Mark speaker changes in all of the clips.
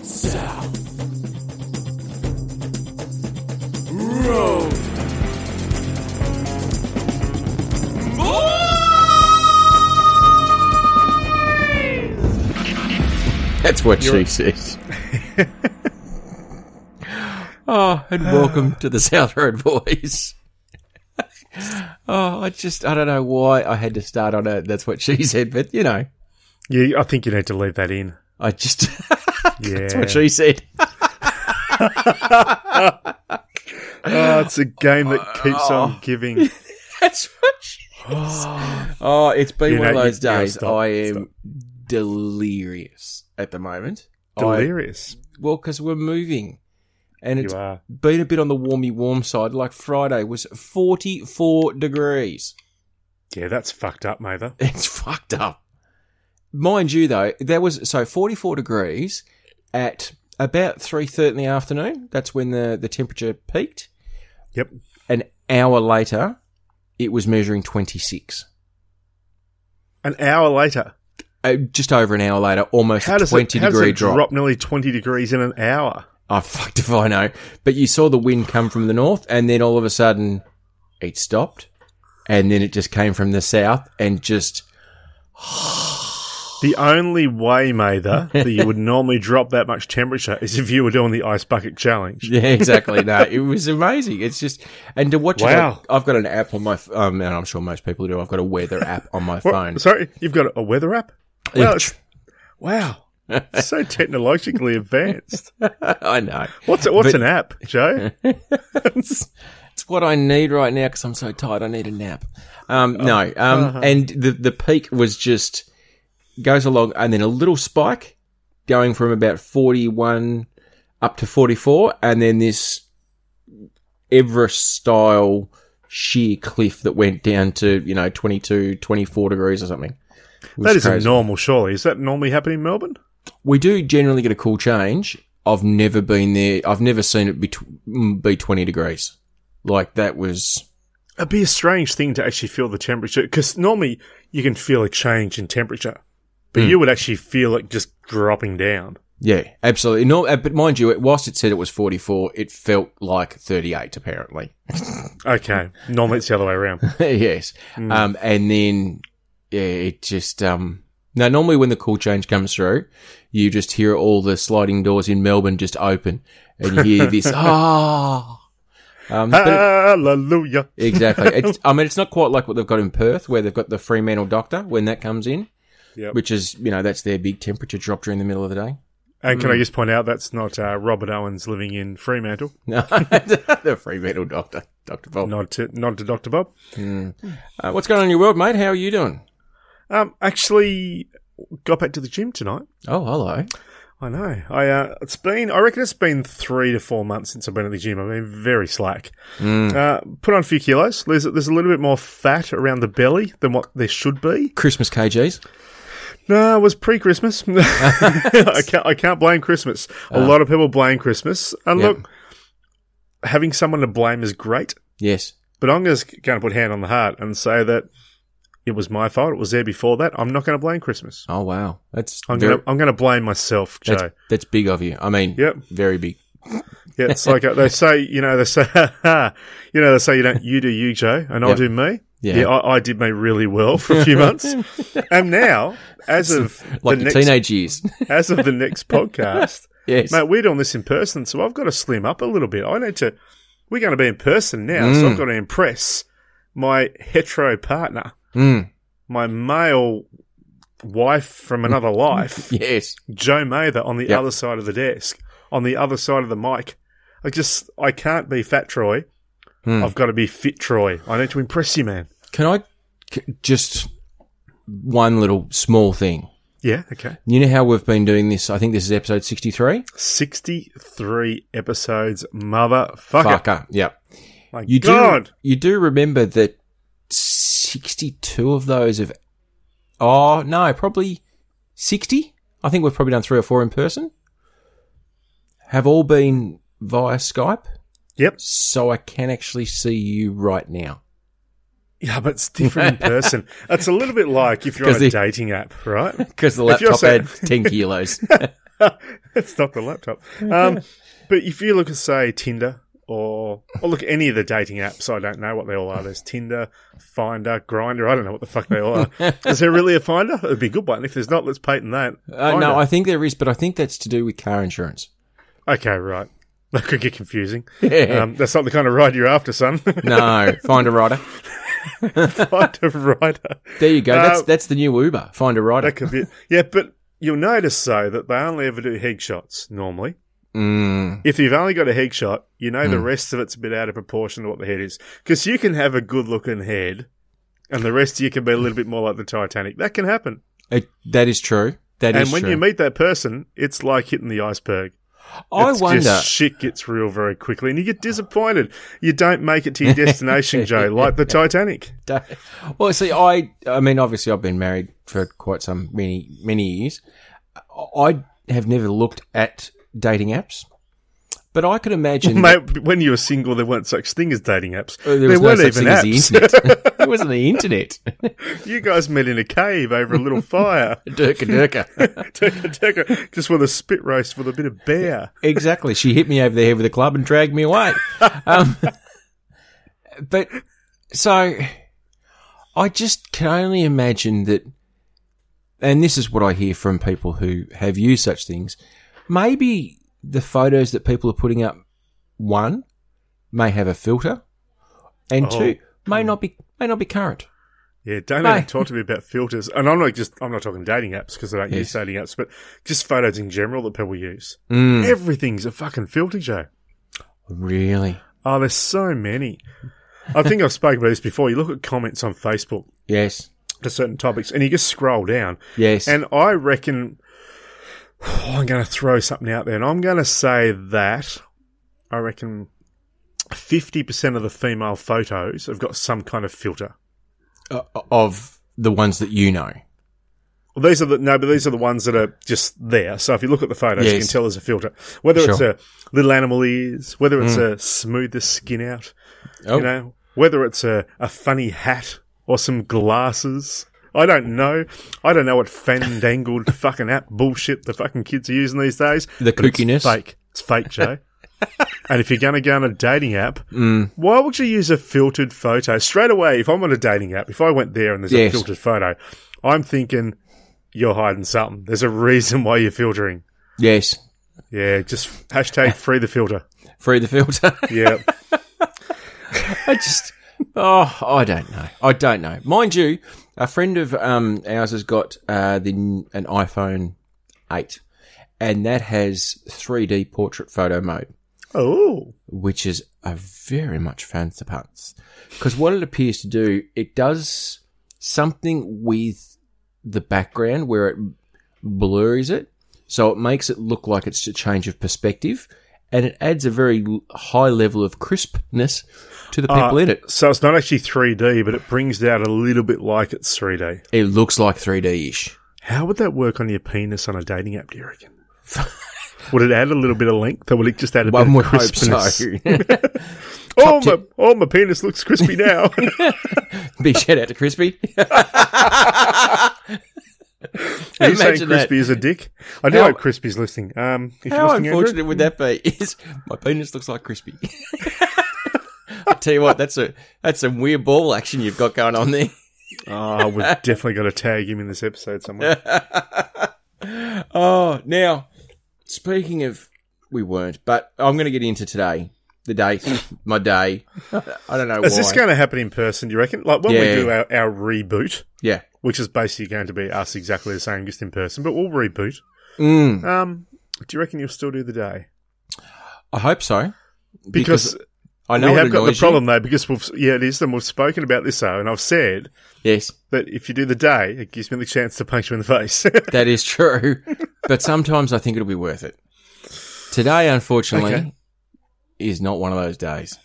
Speaker 1: South Road.
Speaker 2: That's what
Speaker 3: You're-
Speaker 2: she says. oh, and welcome to the South Road Voice. oh, I just I don't know why I had to start on a that's what she said, but you know,
Speaker 3: You, I think you need to leave that in.
Speaker 2: I just
Speaker 3: Yeah,
Speaker 2: that's what she said.
Speaker 3: Oh, it's a game that keeps
Speaker 2: Oh.
Speaker 3: on giving.
Speaker 2: That's what she said. Oh, it's been
Speaker 3: You
Speaker 2: one
Speaker 3: know,
Speaker 2: of those
Speaker 3: you- yeah,
Speaker 2: days.
Speaker 3: stop,
Speaker 2: I am
Speaker 3: stop.
Speaker 2: delirious at the moment. I,
Speaker 3: Delirious.
Speaker 2: well, because we're moving, and
Speaker 3: you
Speaker 2: it's
Speaker 3: are.
Speaker 2: been a bit on the warmy warm side. Like Friday was forty four degrees.
Speaker 3: Yeah, that's fucked up, Mather.
Speaker 2: It's fucked up. Mind you, though, there was so forty four degrees at about three thirty in the afternoon. That's when the the temperature peaked.
Speaker 3: Yep.
Speaker 2: An hour later, it was measuring twenty six.
Speaker 3: An hour later.
Speaker 2: Uh, just over an hour later, almost
Speaker 3: How
Speaker 2: a
Speaker 3: does
Speaker 2: twenty
Speaker 3: it, how does
Speaker 2: degree
Speaker 3: it
Speaker 2: drop.
Speaker 3: drop nearly 20 degrees in an hour?
Speaker 2: I fucked if I know. But you saw the wind come from the north, and then all of a sudden, it stopped, and then it just came from the south, and just
Speaker 3: The only way, Mather, that you would normally drop that much temperature is if you were doing the ice bucket challenge.
Speaker 2: yeah, exactly. no, it was amazing. It's just and to watch. it,
Speaker 3: Wow.
Speaker 2: I've- I've got an app on my f- um, and I'm sure most people do. I've got a weather app on my
Speaker 3: What-
Speaker 2: phone.
Speaker 3: Sorry, you've got a weather app? Well, it's- wow. so technologically advanced.
Speaker 2: I know.
Speaker 3: What's what's
Speaker 2: But-
Speaker 3: an app, Joe?
Speaker 2: it's, it's what I need right now because I'm so tired. I need a nap. Um, no, um, and the the peak was just goes along, and then a little spike going from about 41 up to 44, and then this Everest style sheer cliff that went down to you know 22, 24 degrees or something. It was
Speaker 3: That isn't
Speaker 2: crazy.
Speaker 3: normal, surely. Is that normally happening in Melbourne?
Speaker 2: We do generally get a cool change. I've never been there. I've never seen it be, tw- be 20 degrees. Like that was
Speaker 3: It'd be a strange thing to actually feel the temperature because normally you can feel a change in temperature,
Speaker 2: Hmm.
Speaker 3: but you would actually feel it just dropping down.
Speaker 2: Yeah, absolutely. No, uh, but mind you, it- whilst it said it was 44, it felt like 38, apparently.
Speaker 3: Okay, normally it's the other way around.
Speaker 2: yes. Um, and then, yeah, it just, um, now normally when the cool change comes through, you just hear all the sliding doors in Melbourne just open and you hear this, ah. Um, but-
Speaker 3: Hallelujah!
Speaker 2: exactly. It's, I mean, it's not quite like what they've got in Perth where they've got the Fremantle Doctor when that comes in,
Speaker 3: Yep.
Speaker 2: which is, you know, that's their big temperature drop during the middle of the day.
Speaker 3: And
Speaker 2: Hmm.
Speaker 3: can I just point out that's not uh, Robert Owens living in Fremantle?
Speaker 2: No, the Fremantle Doctor, Dr. Bob.
Speaker 3: Nod to nod to Doctor Bob.
Speaker 2: Uh, what's going on in your world, mate? How are you doing?
Speaker 3: Um, actually, got back to the gym tonight.
Speaker 2: Oh, hello.
Speaker 3: I know. I uh, it's been. I reckon it's been three to four months since I've been at the gym. I've been very slack.
Speaker 2: Mm.
Speaker 3: Uh, put on a few kilos. There's there's a little bit more fat around the belly than what there should be.
Speaker 2: Christmas KGs.
Speaker 3: No, it was pre-Christmas. I can't I can't blame Christmas. A lot of people blame Christmas, and
Speaker 2: Ah. Yep.
Speaker 3: look, having someone to blame is great.
Speaker 2: Yes.
Speaker 3: But I'm just going to put hand on the heart and say that it was my fault. It was there before that. I'm not going to blame Christmas.
Speaker 2: Oh, wow. That's
Speaker 3: I'm
Speaker 2: very-
Speaker 3: going to I'm going to blame myself, Joe.
Speaker 2: that's, that's big of you. I mean,
Speaker 3: Yep.
Speaker 2: very big.
Speaker 3: Yeah, it's like uh, they say, you know, they say, you know, they say, you know, you do you, Joe, and I'll
Speaker 2: Yep.
Speaker 3: do me.
Speaker 2: Yeah.
Speaker 3: I, I did me really well for a few months, and now, as of
Speaker 2: Like the,
Speaker 3: the next,
Speaker 2: teenage years.
Speaker 3: as of the next podcast,
Speaker 2: yes.
Speaker 3: mate, we're doing this in person, so I've got to slim up a little bit. I need to. We're going to be in person now, so
Speaker 2: Mm.
Speaker 3: I've got to impress my hetero partner,
Speaker 2: Mm.
Speaker 3: my male wife from another life.
Speaker 2: Yes.
Speaker 3: Joe Mather on the
Speaker 2: Yep.
Speaker 3: other side of the desk, on the other side of the mic. I just, I can't be fat Troy. I've got to be fit Troy. I need to impress you, man.
Speaker 2: Can I c- just one little small thing?
Speaker 3: Yeah, okay.
Speaker 2: You know how we've been doing this? I think this is episode 63.
Speaker 3: 63 episodes, motherfucker.
Speaker 2: Fucker. Yep.
Speaker 3: My
Speaker 2: You
Speaker 3: God.
Speaker 2: do you do remember that sixty two of those have oh no, probably sixty? I think we've probably done three or four in person. Have all been via Skype,
Speaker 3: Yep.
Speaker 2: so I can actually see you right now.
Speaker 3: Yeah, but it's different in person. It's a little bit like if you're
Speaker 2: 'Cause
Speaker 3: on a
Speaker 2: the-
Speaker 3: dating app, right?
Speaker 2: Because the
Speaker 3: If you're
Speaker 2: laptop
Speaker 3: saying-
Speaker 2: had ten kilos.
Speaker 3: it's not the laptop. Um, but if you look at say Tinder or or look at any of the dating apps, I don't know what they all are. There's Tinder, Finder, Grinder. I don't know what the fuck they all are. is there really a Finder? It'd be a good one. If there's not, let's patent that.
Speaker 2: Uh, no,
Speaker 3: Finder.
Speaker 2: I think there is, but I think that's to do with car insurance.
Speaker 3: Okay, right. That could get confusing. Um, that's not the kind of ride you're after, son.
Speaker 2: no, find a rider.
Speaker 3: Find a rider.
Speaker 2: There you go. That's
Speaker 3: Uh,
Speaker 2: that's the new Uber. Find a rider.
Speaker 3: That could be. Yeah, but you'll notice though that they only ever do headshots normally.
Speaker 2: Mm,
Speaker 3: If you've only got a head shot, you know
Speaker 2: Hmm.
Speaker 3: the rest of it's a bit out of proportion to what the head is. Because you can have a good looking head, and the rest of you can be a little bit more like the Titanic. That can happen.
Speaker 2: it, that is true. That is
Speaker 3: and when
Speaker 2: true.
Speaker 3: you meet that person, it's like hitting the iceberg.
Speaker 2: I
Speaker 3: It's
Speaker 2: wonder.
Speaker 3: Just shit gets real very quickly, and you get disappointed. You don't make it to your destination, Joe, like the Titanic.
Speaker 2: Well, see, I, I mean, obviously, I've been married for quite some many many years. I have never looked at dating apps, but I could imagine.
Speaker 3: Mate, when you were single, there weren't such thing as dating apps.
Speaker 2: that Oh, there was no
Speaker 3: weren't
Speaker 2: such
Speaker 3: even
Speaker 2: thing as the
Speaker 3: apps.
Speaker 2: internet. there wasn't the internet.
Speaker 3: you guys met in a cave over a little fire.
Speaker 2: Durka durka.
Speaker 3: Tucker, tucker, just with a spit roast with a bit of beer.
Speaker 2: exactly. She hit me over the head with a club and dragged me away. Um, but so I just can only imagine that, and this is what I hear from people who have used such things. Maybe the photos that people are putting up, one, may have a filter, and
Speaker 3: Oh.
Speaker 2: two, may not be may not be current.
Speaker 3: Yeah, don't
Speaker 2: No.
Speaker 3: even talk to me about filters. And I'm not just I'm not talking dating apps because I don't use
Speaker 2: Yes.
Speaker 3: dating apps, but just photos in general that people use.
Speaker 2: Mm,
Speaker 3: Everything's a fucking filter, Joe.
Speaker 2: really?
Speaker 3: Oh, there's so many. I think I've spoken about this before. You look at comments on Facebook
Speaker 2: Yes.
Speaker 3: to certain topics, and you just scroll down,
Speaker 2: Yes.
Speaker 3: and I reckon oh, I'm going to throw something out there, and I'm going to say that I reckon. 50% of the female photos have got some kind of filter.
Speaker 2: Uh, of the ones that you know.
Speaker 3: Well, these are the no, but these are the ones that are just there. So if you look at the photos, you
Speaker 2: Yes.
Speaker 3: can tell there's a filter. Whether it's
Speaker 2: Sure. Mm.
Speaker 3: a little animal ears, whether it's a smooth the skin out,
Speaker 2: Oh,
Speaker 3: you know, whether it's a, a funny hat or some glasses. I don't know. I don't know what fandangled fucking app bullshit the fucking kids are using these days.
Speaker 2: The
Speaker 3: but it's
Speaker 2: kookiness.
Speaker 3: fake. It's fake, Joe. and if you're going to go on a dating app,
Speaker 2: Mm.
Speaker 3: why would you use a filtered photo? Straight away, if I'm on a dating app, if I went there and there's
Speaker 2: Yes.
Speaker 3: a filtered photo, I'm thinking you're hiding something. There's a reason why you're filtering.
Speaker 2: yes.
Speaker 3: Yeah, just hashtag free the filter.
Speaker 2: Free the filter.
Speaker 3: Yeah.
Speaker 2: I just, oh, I don't know. I don't know. Mind you, a friend of um, ours has got uh, the an iPhone 8, and that has 3D portrait photo mode,
Speaker 3: oh.
Speaker 2: which is a very much fancy pants. Because what it appears to do, it does something with the background where it blurs it, so it makes it look like it's a change of perspective. And it adds a very l- high level of crispness to the people in it.
Speaker 3: So it's not actually 3D, but it brings it out a little bit like it's 3D.
Speaker 2: It looks like 3D ish.
Speaker 3: How would that work on your penis on a dating app, do you reckon? would it add a little bit of length, or would it just add a
Speaker 2: One
Speaker 3: bit
Speaker 2: would
Speaker 3: of
Speaker 2: hope
Speaker 3: crispness?
Speaker 2: so.
Speaker 3: Oh, my, oh, my penis looks crispy now.
Speaker 2: Big shout out to Crispy.
Speaker 3: Are you saying
Speaker 2: Imagine that.
Speaker 3: crispy is a dick? I do
Speaker 2: How-
Speaker 3: hope crispy's listening. Um, if
Speaker 2: How
Speaker 3: you're listening, Andrew,
Speaker 2: unfortunate would that be? Is my penis looks like Crispy? I tell you what, that's a that's some weird ball action you've got going on there.
Speaker 3: oh, we've definitely got to tag him in this episode somewhere.
Speaker 2: Oh, now speaking of, we weren't, but I'm going to get into today. The date, my day. I don't know why.
Speaker 3: Is this going to happen in person? Do you reckon? Like when
Speaker 2: Yeah.
Speaker 3: we do our, our reboot,
Speaker 2: yeah.
Speaker 3: which is basically going to be us exactly the same, just in person, but we'll reboot.
Speaker 2: Mm,
Speaker 3: Um, do you reckon you'll still do the day?
Speaker 2: I hope so.
Speaker 3: Because,
Speaker 2: I know
Speaker 3: we
Speaker 2: it
Speaker 3: have got the
Speaker 2: annoys you.
Speaker 3: problem though. Because we've yeah, it is, and we've spoken about this though, and I've said
Speaker 2: Yes.
Speaker 3: that if you do the day, it gives me the chance to punch you in the face.
Speaker 2: That is true. but sometimes I think it'll be worth it. Today, unfortunately,
Speaker 3: Okay.
Speaker 2: is not one of those days.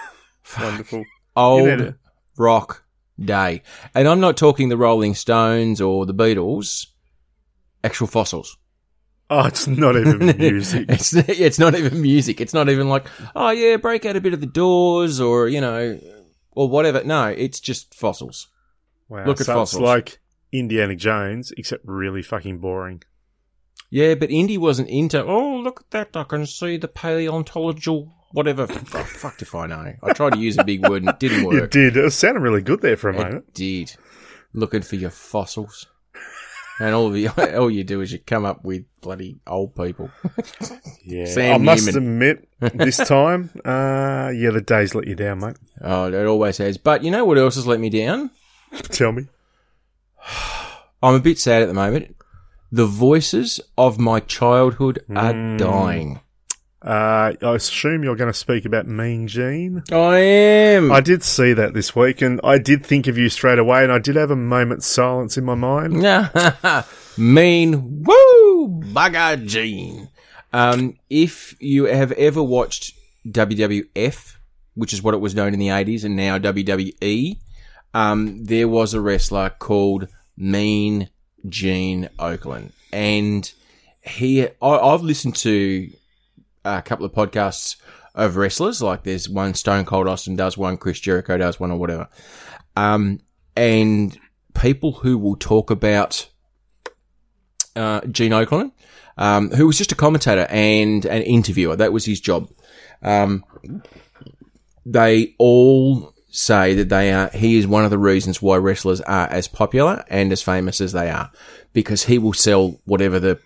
Speaker 3: Wonderful. You need
Speaker 2: Old
Speaker 3: it.
Speaker 2: rock day. And I'm not talking the Rolling Stones or the Beatles, actual fossils.
Speaker 3: Oh, it's not even music.
Speaker 2: It's, it's not even music. It's not even like, oh, yeah, break out a bit of the doors or, you know, or whatever. No, it's just fossils.
Speaker 3: Wow,
Speaker 2: Look at
Speaker 3: so
Speaker 2: fossils.
Speaker 3: It's like Indiana Jones, except really fucking boring.
Speaker 2: Yeah, but Indy wasn't into. Oh, look at that! I can see the paleontological whatever. oh, fucked if I know. I tried to use a big word and it didn't
Speaker 3: You
Speaker 2: work.
Speaker 3: did. It sounded really good there for a
Speaker 2: I
Speaker 3: moment.
Speaker 2: did. Looking for your fossils, and all the all you do is you come up with bloody old people.
Speaker 3: Yeah.
Speaker 2: Sam
Speaker 3: I must
Speaker 2: Neiman.
Speaker 3: admit, this time, uh, yeah, the days let you down, mate.
Speaker 2: Oh, it always has. But you know what else has let me down?
Speaker 3: Tell me.
Speaker 2: I'm a bit sad at the moment. The voices of my childhood are dying.
Speaker 3: Uh, I assume you're going to speak about Mean Gene.
Speaker 2: I am.
Speaker 3: I did see that this week, and I did think of you straight away, and I did have a moment's silence in my mind.
Speaker 2: mean woo bugger Gene. Um, if you have ever watched WWF, which is what it was known in the eighties and now WWE, um, there was a wrestler called Mean Gene Oakland, and he I, I've listened to a couple of podcasts of wrestlers. Like there's one Stone Cold Austin does one, Chris Jericho does one, or whatever. Um, and people who will talk about uh, Gene Oakland, um, who was just a commentator and an interviewer. That was his job. Um, they all say that they are. He is one of the reasons why wrestlers are as popular and as famous as they are, because he will sell whatever the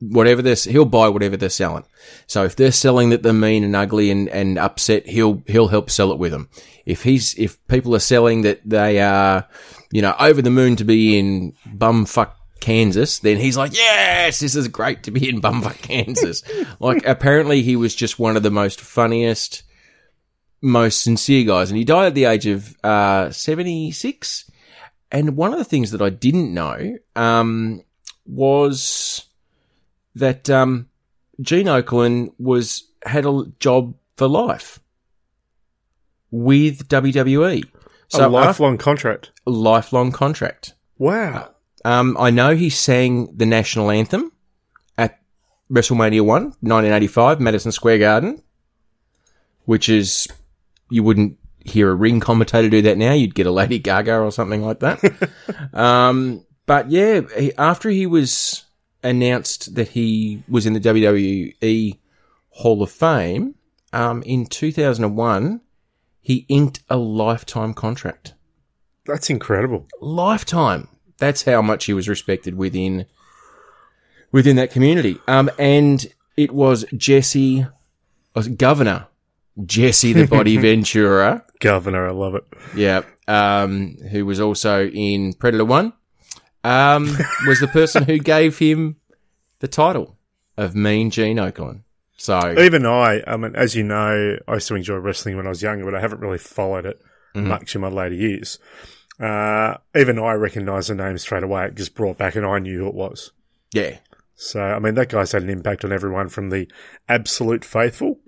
Speaker 2: whatever this he'll buy whatever they're selling. So if they're selling that they're mean and ugly and, and upset, he'll he'll help sell it with them. If he's if people are selling that they are, you know, over the moon to be in bumfuck Kansas, then he's like, Yes, this is great to be in bumfuck Kansas. like apparently he was just one of the most funniest, most sincere guys. And he died at the age of uh seventy six. And one of the things that I didn't know um was that um, Gene Oakland was had a job for life with WWE. So uh,
Speaker 3: a lifelong contract.
Speaker 2: a lifelong contract.
Speaker 3: Wow.
Speaker 2: Um, I know he sang the national anthem at WrestleMania 1, 1985, Madison Square Garden, which is, you wouldn't hear a ring commentator do that now. You'd get a Lady Gaga or something like that. um, but yeah, he, after he was announced that he was in the WWE Hall of Fame um, in 2001, he inked a lifetime contract
Speaker 3: That's incredible.
Speaker 2: lifetime. That's how much he was respected within within that community. Um, and it was Jesse, was it Governor Jesse the Body Ventura,
Speaker 3: Governor, I love it.
Speaker 2: yeah, um, who was also in Predator One, um, was the person who gave him the title of Mean Gene Oakland. So
Speaker 3: Even I, I mean, as you know, I used to enjoy wrestling when I was younger, but I haven't really followed it much in my later years. Uh, even I recognised the name straight away. It just brought back, and I knew who it was.
Speaker 2: yeah,
Speaker 3: So, I mean, that guy's had an impact on everyone from the absolute faithful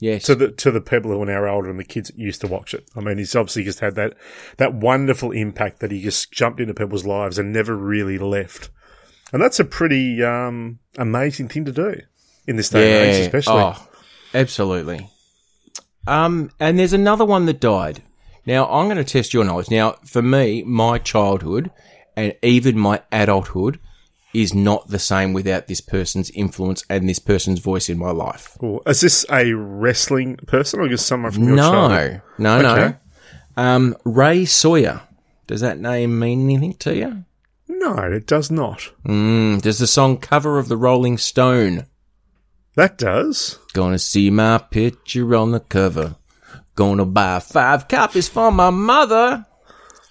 Speaker 2: yes,
Speaker 3: to the to the people who are now older and the kids that used to watch it. I mean, he's obviously just had that that wonderful impact that he just jumped into people's lives and never really left. And that's a pretty um, amazing thing to do in this day and age, especially.
Speaker 2: Oh, absolutely. Um, and there's another one that died. Now I'm going to test your knowledge. Now, for me, my childhood and even my adulthood is not the same without this person's influence and this person's voice in my life.
Speaker 3: Cool. Is this a wrestling person or just someone from your childhood?
Speaker 2: no, no,
Speaker 3: Okay.
Speaker 2: no. Um, Ray Sawyer. Does that name mean anything to you?
Speaker 3: No, it does not.
Speaker 2: Mm, does the song cover of the Rolling Stone?
Speaker 3: That does.
Speaker 2: Gonna see my picture on the cover. Gonna buy five copies for my mother.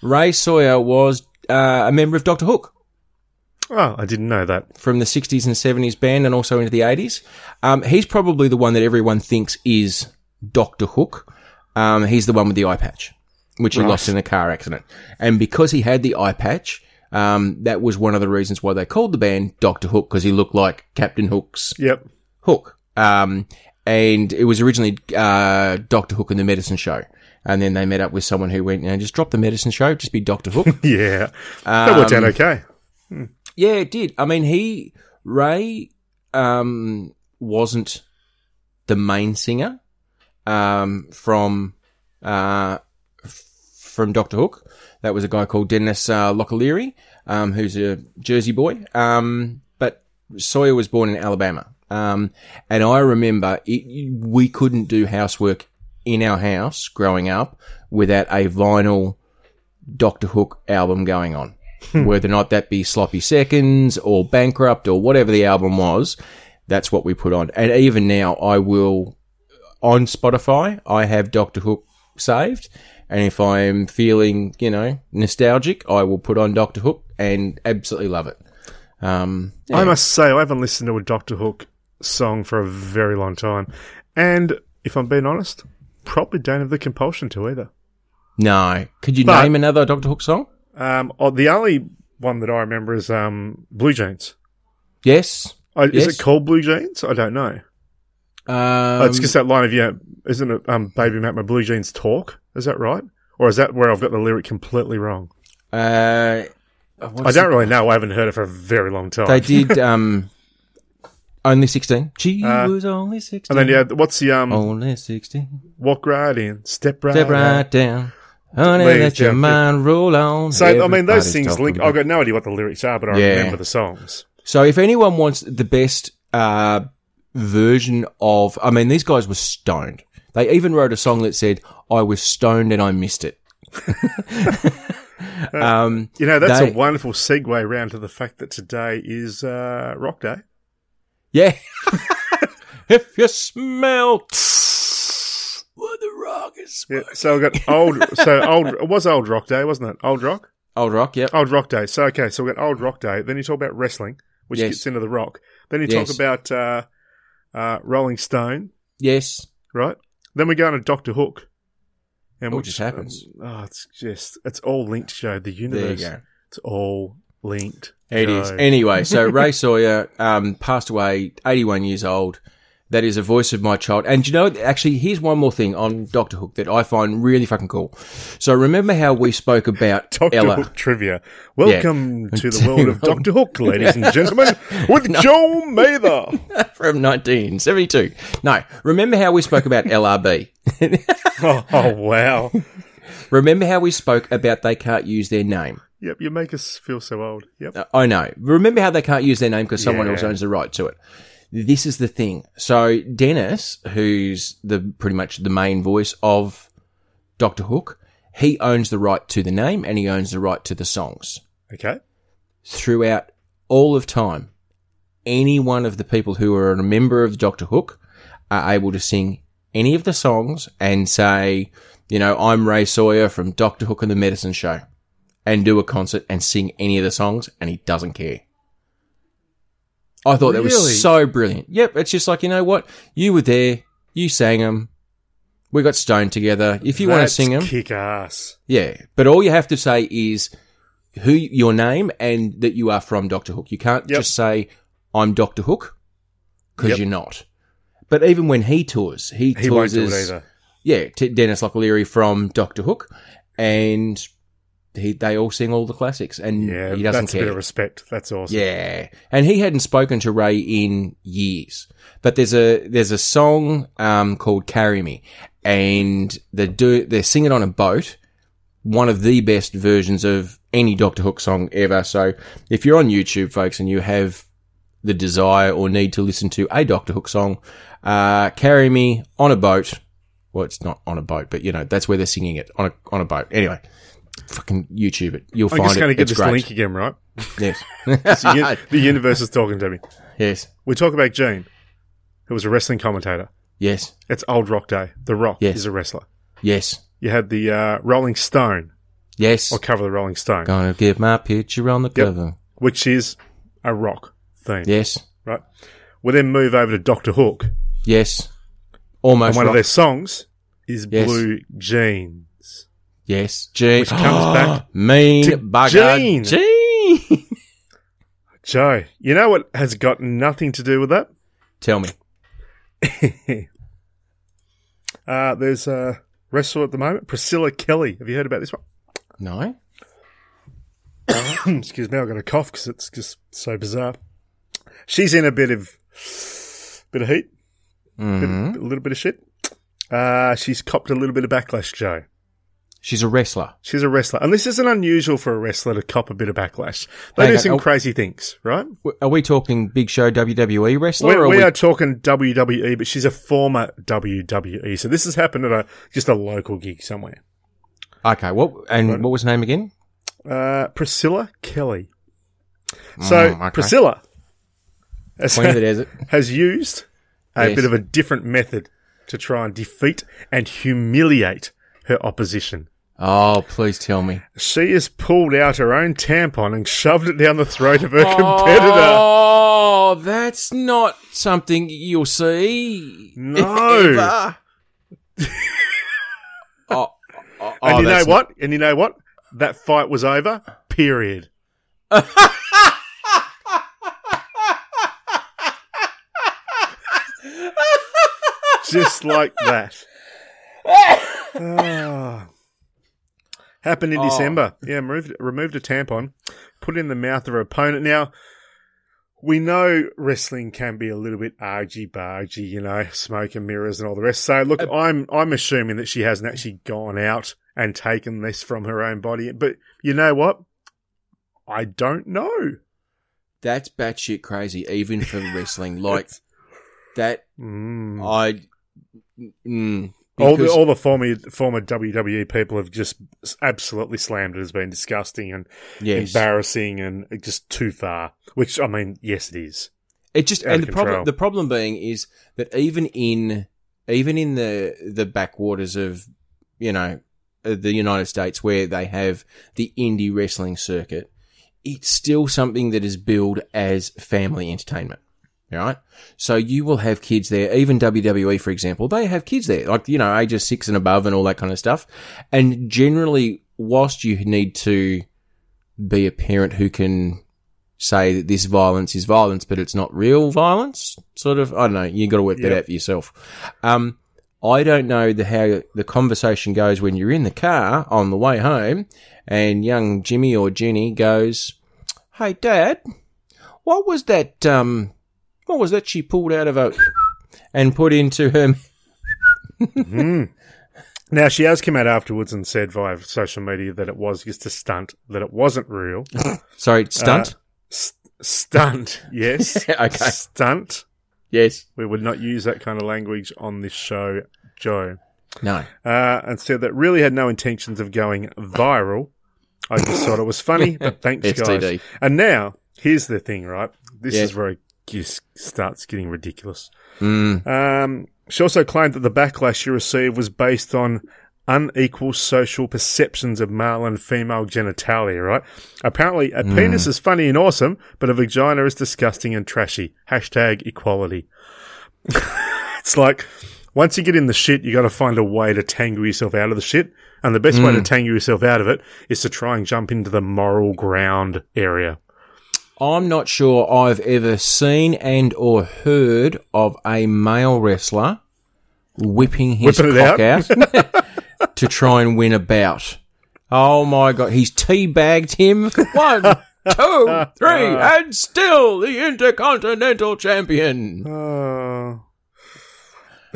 Speaker 2: Ray Sawyer was uh, a member of Doctor Hook
Speaker 3: Oh, I didn't know that.
Speaker 2: from the 60s and 70s band and also into the 80s. Um, he's probably the one that everyone thinks is Doctor Hook. Um, he's the one with the eye patch, which he lost in a car accident. And because he had the eye patch, um, that was one of the reasons why they called the band Doctor Hook because he looked like Captain Hook's
Speaker 3: Yep.
Speaker 2: Hook. Um, and it was originally uh, Doctor Hook and the Medicine Show. And then they met up with someone who went, you know, just drop the medicine show, just be Doctor Hook.
Speaker 3: Yeah. that worked
Speaker 2: Um,
Speaker 3: out okay.
Speaker 2: yeah, it did. I mean, he, Ray, um, wasn't the main singer, um, from, uh, f- from Doctor Hook. That was a guy called Dennis uh, Lockleary, um, who's a Jersey boy. Um, but Sawyer was born in Alabama. Um, and I remember it, we couldn't do housework in our house growing up without a vinyl Doctor Hook album going on. Whether or not that be Sloppy Seconds or Bankrupt or whatever the album was, that's what we put on. And even now, I will, on Spotify, I have Doctor Hook saved. And if I'm feeling, you know, nostalgic, I will put on Doctor Hook and absolutely love it. Um,
Speaker 3: I must say, I haven't listened to a Doctor Hook song for a very long time. And if I'm being honest, probably don't have the compulsion to either.
Speaker 2: no. Could you
Speaker 3: But-
Speaker 2: name another Doctor Hook song?
Speaker 3: Um, oh, the only one that I remember is um, Blue Jeans.
Speaker 2: Yes.
Speaker 3: I, Is
Speaker 2: Yes.
Speaker 3: it called Blue Jeans? I don't know.
Speaker 2: Um,
Speaker 3: Oh, it's just that line of yeah, isn't it? Um, baby, make my blue jeans talk. Is that right? Or is that where I've got the lyric completely wrong?
Speaker 2: uh,
Speaker 3: I don't really know. I haven't heard it for a very long time.
Speaker 2: They did um, only sixteen. She was only sixteen.
Speaker 3: Uh, and then yeah, what's the um?
Speaker 2: only sixteen.
Speaker 3: Walk right in, step right.
Speaker 2: Oh. Step right
Speaker 3: out.
Speaker 2: down, honey.
Speaker 3: Ladies,
Speaker 2: let your
Speaker 3: gentlemen.
Speaker 2: mind roll on.
Speaker 3: So I mean,
Speaker 2: Everybody's
Speaker 3: those things
Speaker 2: talking
Speaker 3: link.
Speaker 2: about-
Speaker 3: I've got no idea what the lyrics are, but I
Speaker 2: Yeah.
Speaker 3: remember the songs.
Speaker 2: So if anyone wants the best uh, version of, I mean, these guys were stoned. They even wrote a song that said, "I was stoned and I missed it." um,
Speaker 3: You know, that's
Speaker 2: They-
Speaker 3: a wonderful segue round to the fact that today is uh, Rock Day.
Speaker 2: Yeah. if you smell what the rock is.
Speaker 3: Yeah. So I got old. so old. It was old Rock Day, wasn't it? Old Rock.
Speaker 2: Old rock, yep.
Speaker 3: Old Rock Day. So okay, so we got Old Rock Day. Then you talk about wrestling, which
Speaker 2: Yes.
Speaker 3: gets into the Rock. Then you
Speaker 2: Yes.
Speaker 3: talk about uh, uh, Rolling Stone,
Speaker 2: Yes.
Speaker 3: right? Then we go on to Doctor Hook, and
Speaker 2: It
Speaker 3: we
Speaker 2: just happens.
Speaker 3: oh, it's just it's all linked, Joe. The
Speaker 2: There you
Speaker 3: universe.
Speaker 2: go.
Speaker 3: It's all linked.
Speaker 2: It
Speaker 3: Joe.
Speaker 2: is. Anyway, so Ray Sawyer um, passed away, 81 years old. That is a voice of my child. And you know, actually, here's one more thing on Doctor Hook that I find really fucking cool. So remember how we spoke about
Speaker 3: Doctor
Speaker 2: Ella?
Speaker 3: Hook trivia. Welcome to the world of Doctor Hook, ladies and gentlemen, with Joe Mather.
Speaker 2: from 1972. No, remember how we spoke about LRB?
Speaker 3: Oh, oh, wow.
Speaker 2: Remember how we spoke about they can't use their name?
Speaker 3: Yep, you make us feel so old. Yep.
Speaker 2: Uh, I know. Remember how they can't use their name because someone
Speaker 3: Yeah.
Speaker 2: else owns the right to it. This is the thing. So Dennis, who's the pretty much the main voice of Doctor Hook, he owns the right to the name and he owns the right to the songs.
Speaker 3: Okay.
Speaker 2: Throughout all of time, any one of the people who are a member of Doctor Hook are able to sing any of the songs and say, you know, I'm Ray Sawyer from Doctor Hook and the Medicine Show and do a concert and sing any of the songs and he doesn't care. I thought that
Speaker 3: Really?
Speaker 2: was so brilliant. Yep, it's just like, you know what? You were there, you sang them. We got stoned together. If you want to
Speaker 3: That's
Speaker 2: sing them,
Speaker 3: Kick ass.
Speaker 2: yeah, but all you have to say is who your name and that you are from Doctor Hook. You can't
Speaker 3: Yep.
Speaker 2: just say I'm Doctor Hook because
Speaker 3: Yep.
Speaker 2: you're not. But even when he tours, he,
Speaker 3: He won't
Speaker 2: tours
Speaker 3: do it
Speaker 2: as-
Speaker 3: either.
Speaker 2: yeah, t- Dennis Lockleary from Doctor Hook, and he, they all sing all the classics, and
Speaker 3: Yeah,
Speaker 2: he doesn't
Speaker 3: that's
Speaker 2: care.
Speaker 3: a bit of respect. That's awesome.
Speaker 2: Yeah, and he hadn't spoken to Ray in years. But there's a there's a song um, called "Carry Me," and they do they sing it on a boat. One of the best versions of any Doctor Hook song ever. So if you're on YouTube, folks, and you have the desire or need to listen to a Doctor Hook song, uh, "Carry Me" on a boat. Well, it's not on a boat, but you know that's where they're singing it on a on a boat. Anyway, fucking YouTube it. You'll
Speaker 3: I'm
Speaker 2: find
Speaker 3: just
Speaker 2: it.
Speaker 3: going to get
Speaker 2: it's
Speaker 3: this
Speaker 2: great.
Speaker 3: link again, right?
Speaker 2: Yes.
Speaker 3: The, uni- the universe is talking to me.
Speaker 2: yes.
Speaker 3: We talk about Gene, who was a wrestling commentator.
Speaker 2: Yes.
Speaker 3: It's Old Rock Day. The Rock
Speaker 2: Yes.
Speaker 3: is a wrestler.
Speaker 2: Yes.
Speaker 3: You had the uh, Rolling Stone,
Speaker 2: Yes.
Speaker 3: or cover the Rolling Stone,
Speaker 2: Gonna get my picture on the cover.
Speaker 3: which is a rock theme,
Speaker 2: Yes.
Speaker 3: right? We then move over to Doctor Hook,
Speaker 2: Yes.
Speaker 3: and
Speaker 2: Almost.
Speaker 3: one of
Speaker 2: rock.
Speaker 3: their songs is
Speaker 2: Yes.
Speaker 3: Blue Jeans.
Speaker 2: yes. Gene.
Speaker 3: Which comes back
Speaker 2: mean
Speaker 3: to
Speaker 2: bugger.
Speaker 3: Gene.
Speaker 2: Gene.
Speaker 3: Joe, you know what has got nothing to do with that?
Speaker 2: Tell me.
Speaker 3: uh, there's a wrestler at the moment, Priscilla Kelly. Have you heard about this one?
Speaker 2: No. Uh-huh.
Speaker 3: Excuse me, I've got a cough because it's just so bizarre. She's in a bit of bit of heat,
Speaker 2: Mhm.
Speaker 3: a little bit of shit. Uh, she's copped a little bit of backlash, Joe.
Speaker 2: She's a wrestler.
Speaker 3: She's a wrestler. And this isn't unusual for a wrestler to cop a bit of backlash. They
Speaker 2: Hang
Speaker 3: do
Speaker 2: on,
Speaker 3: some
Speaker 2: oh-
Speaker 3: crazy things, right?
Speaker 2: W- Are we talking Big Show WWE wrestler?
Speaker 3: We're,
Speaker 2: or are
Speaker 3: we
Speaker 2: we-
Speaker 3: are talking WWE, but she's a former WWE. So this has happened at a just a local gig somewhere.
Speaker 2: Okay. What and what was her name again?
Speaker 3: Uh, Priscilla Kelly. So
Speaker 2: Mm, okay.
Speaker 3: Priscilla has,
Speaker 2: Queen of the Desert.
Speaker 3: has used a
Speaker 2: Yes.
Speaker 3: bit of a different method to try and defeat and humiliate her opposition.
Speaker 2: Oh, please tell me.
Speaker 3: She has pulled out her own tampon and shoved it down the throat of her competitor.
Speaker 2: Oh, that's not something you'll see.
Speaker 3: No.
Speaker 2: Ever. oh, oh,
Speaker 3: And
Speaker 2: oh,
Speaker 3: you know
Speaker 2: that's-
Speaker 3: what? And you know what? That fight was over. Period. Just like that. Ah. Happened in
Speaker 2: Oh.
Speaker 3: December. Yeah, removed, removed a tampon, put it in the mouth of her opponent. Now, we know wrestling can be a little bit argy bargy, you know, smoke and mirrors and all the rest. So,
Speaker 2: Uh,
Speaker 3: look, I'm I'm assuming that she hasn't actually gone out and taken this from her own body. But you know what? I don't know.
Speaker 2: That's batshit crazy, even for wrestling. Like that,
Speaker 3: Mm.
Speaker 2: I. Mm,
Speaker 3: All the
Speaker 2: Oh, because-
Speaker 3: all the former former WWE people have just absolutely slammed it as being disgusting and
Speaker 2: yes.
Speaker 3: embarrassing and just too far. Which I mean, yes, it is.
Speaker 2: It just
Speaker 3: out
Speaker 2: and the
Speaker 3: of control.
Speaker 2: problem the problem being is that even in even in the the backwaters of you know uh, the United States where they have the indie wrestling circuit, it's still something that is billed as family entertainment. All right, so you will have kids there. Even WWE, for example, they have kids there, like you know ages six and above and all that kind of stuff. And generally, whilst you need to be a parent who can say that this violence is violence, but it's not real violence. Sort of, I don't know. You got to work that
Speaker 3: Yep.
Speaker 2: out for yourself. Um, I don't know the how the conversation goes when you're in the car on the way home, and young Jimmy or Jenny goes, "Hey, Dad, what was that? Um, what was that she pulled out of her and put into her?"
Speaker 3: Mm-hmm. Now she has come out afterwards and said via social media that it was just a stunt, that it wasn't real.
Speaker 2: Sorry,
Speaker 3: Uh,
Speaker 2: stunt.
Speaker 3: S- stunt, yes,
Speaker 2: okay.
Speaker 3: stunt.
Speaker 2: Yes.
Speaker 3: We would not use that kind of language on this show, Joe.
Speaker 2: No.
Speaker 3: Uh, and said that really had no intentions of going viral. I just thought it was funny, but thanks, guys.
Speaker 2: STD.
Speaker 3: And now, here's the thing, right? This
Speaker 2: Yeah.
Speaker 3: is where it just starts getting ridiculous.
Speaker 2: Mm.
Speaker 3: Um, she also claimed that the backlash she received was based on unequal social perceptions of male and female genitalia, right? Apparently, a penis is funny and awesome, but a vagina is disgusting and trashy. Hashtag equality. it's like, once you get in the shit, you got to find a way to tangle yourself out of the shit. And the best way to tangle yourself out of it is to try and jump into the moral ground area.
Speaker 2: I'm not sure I've ever seen and or heard of a male wrestler whipping his
Speaker 3: Whipping it
Speaker 2: cock out, to try and win a bout. Oh my god, he's teabagged him. One, two, three,
Speaker 3: Uh.
Speaker 2: and still the Intercontinental Champion.
Speaker 3: Oh.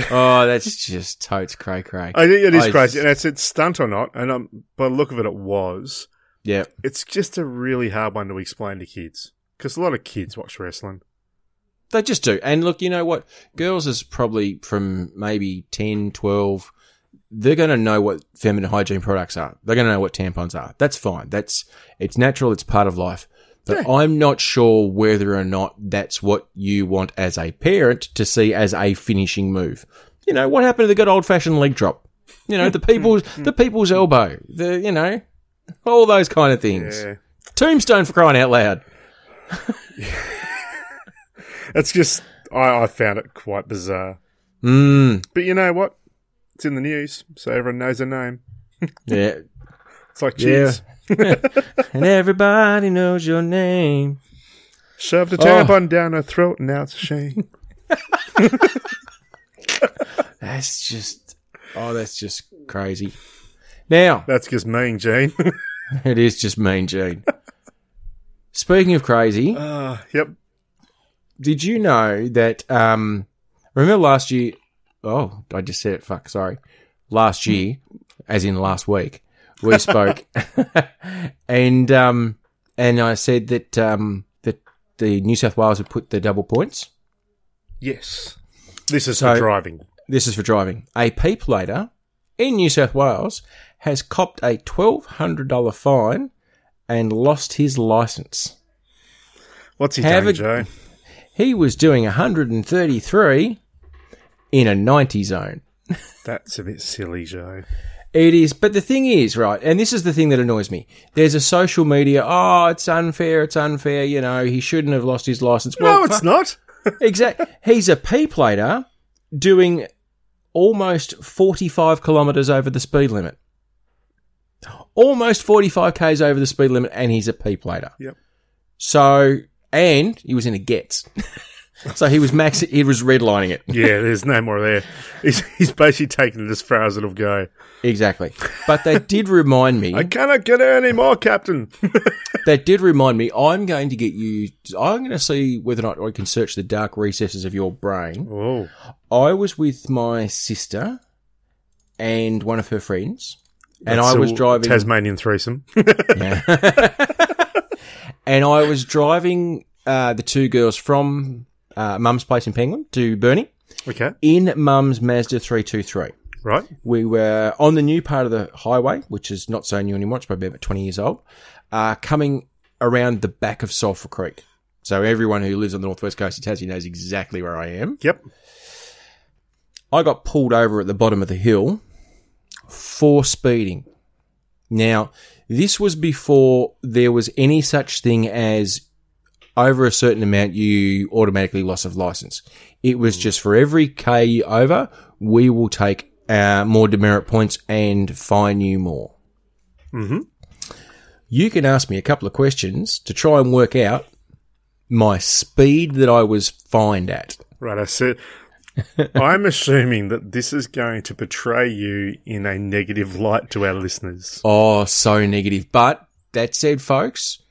Speaker 2: Oh, that's just totes cray cray.
Speaker 3: I think it is
Speaker 2: I-
Speaker 3: crazy, and it's it's stunt or not, and um, by the look of it, it was.
Speaker 2: Yeah.
Speaker 3: It's just a really hard one to explain to kids because a lot of kids watch wrestling.
Speaker 2: They just do. And look, you know what? Girls is probably from maybe 10, 12. They're going to know what feminine hygiene products are. They're going to know what tampons are. That's fine. That's it's natural. It's part of life. But I'm not sure whether or not that's what you want as a parent to see as a finishing move. You know what happened to the good old fashioned leg drop? You know the people's the people's elbow. The you know all those kind of things.
Speaker 3: Yeah,
Speaker 2: Tombstone for crying out loud.
Speaker 3: it's just I, I found it quite bizarre.
Speaker 2: Mm.
Speaker 3: But you know what? It's in the news, so everyone knows her name.
Speaker 2: Yeah.
Speaker 3: It's like cheers.
Speaker 2: and everybody knows your name.
Speaker 3: Shoved
Speaker 2: Oh.
Speaker 3: a tampon down her throat, and now it's a shame.
Speaker 2: That's just, oh, that's just crazy. Now,
Speaker 3: That's just mean, Gene.
Speaker 2: it is just mean Gene. Speaking of crazy,
Speaker 3: uh, yep.
Speaker 2: did you know that, um, remember last year? Oh, I just said it. Fuck, sorry. Last year, as in last week, we spoke, and um, and I said that um, that the New South Wales would put the double points.
Speaker 3: Yes. This is
Speaker 2: So-
Speaker 3: for driving.
Speaker 2: This is for driving. A peep later in New South Wales has copped a twelve hundred dollar fine and lost his license.
Speaker 3: What's he
Speaker 2: Have a-
Speaker 3: doing, Joe?
Speaker 2: He was doing one hundred and thirty three in a ninety zone.
Speaker 3: That's a bit silly, Joe.
Speaker 2: It is, but the thing is, right, and this is the thing that annoys me. There's a social media, oh, it's unfair, it's unfair, you know, he shouldn't have lost his license.
Speaker 3: no, it's not.
Speaker 2: exactly. He's a pea plater doing almost 45 kilometres over the speed limit. Almost 45 k's over the speed limit, and he's a pea plater.
Speaker 3: Yep.
Speaker 2: So, and he was in a gets. so he was max, he was redlining it.
Speaker 3: Yeah, there's no more there. He's, he's basically taking it as far as it'll go.
Speaker 2: Exactly. But they did remind me.
Speaker 3: I cannot get out anymore, Captain.
Speaker 2: That did remind me. I'm going to get you. I'm going to see whether or not I can search the dark recesses of your brain.
Speaker 3: oh,
Speaker 2: I was with my sister and one of her friends, and I
Speaker 3: So
Speaker 2: was driving.
Speaker 3: Tasmanian threesome.
Speaker 2: Yeah. and I was driving uh, the two girls from uh, Mum's place in Penguin to Burnie
Speaker 3: okay,
Speaker 2: in Mum's Mazda 323.
Speaker 3: right.
Speaker 2: We were on the new part of the highway, which is not so new anymore. It's probably about 20 years old, uh, coming around the back of Sulphur Creek. So everyone who lives on the northwest coast of Tassie knows exactly where I am.
Speaker 3: Yep.
Speaker 2: I got pulled over at the bottom of the hill for speeding. Now, this was before there was any such thing as over a certain amount you automatically loss of license. It was just for every K you over, we will take uh, more demerit points and fine you more. Mm-hmm. You can ask me a couple of questions to try and work out my speed that I was fined at.
Speaker 3: Right. I said. I'm assuming that this is going to portray you in a negative light to our listeners.
Speaker 2: Oh, so negative. But that said, folks,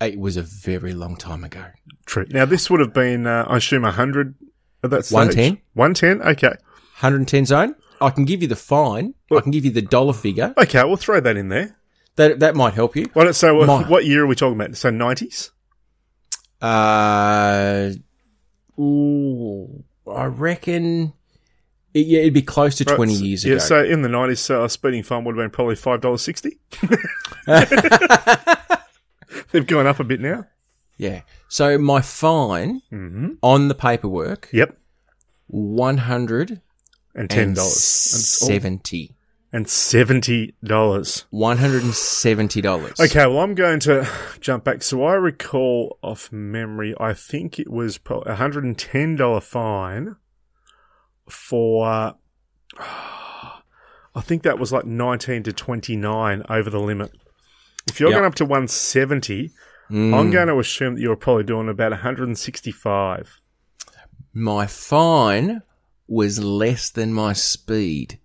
Speaker 2: it was a very long time ago.
Speaker 3: True. Now, this would have been, uh, I assume, 100 at that stage.
Speaker 2: 110?
Speaker 3: 110? Okay.
Speaker 2: 110 zone. I can give you the fine. I can give you the dollar figure.
Speaker 3: Okay, we'll throw that in there.
Speaker 2: That that might help you.
Speaker 3: Why don't, so, uh,
Speaker 2: My-
Speaker 3: what, what year are we talking about? So, 90s?
Speaker 2: Uh, ooh, I reckon. It, yeah, it'd be close to 20
Speaker 3: So-
Speaker 2: years
Speaker 3: yeah,
Speaker 2: ago.
Speaker 3: so in the 90s, so a speeding fine would have been probably $5.60. They've gone up a bit now.
Speaker 2: yeah. So my fine
Speaker 3: Mm-hmm.
Speaker 2: on the paperwork,
Speaker 3: Yep.
Speaker 2: $170.
Speaker 3: And $10. And, oh,
Speaker 2: $170.
Speaker 3: and $70.
Speaker 2: Okay.
Speaker 3: Okay, well, I'm going to jump back. So I recall off memory, I think it was pro- a $110 fine for, uh, I think that was like 19 to 29 over the limit. If you're
Speaker 2: Yeah. Hmm.
Speaker 3: going up to 170,
Speaker 2: Mm.
Speaker 3: I'm going to assume that you're probably doing about 165.
Speaker 2: my fine was less than my speed.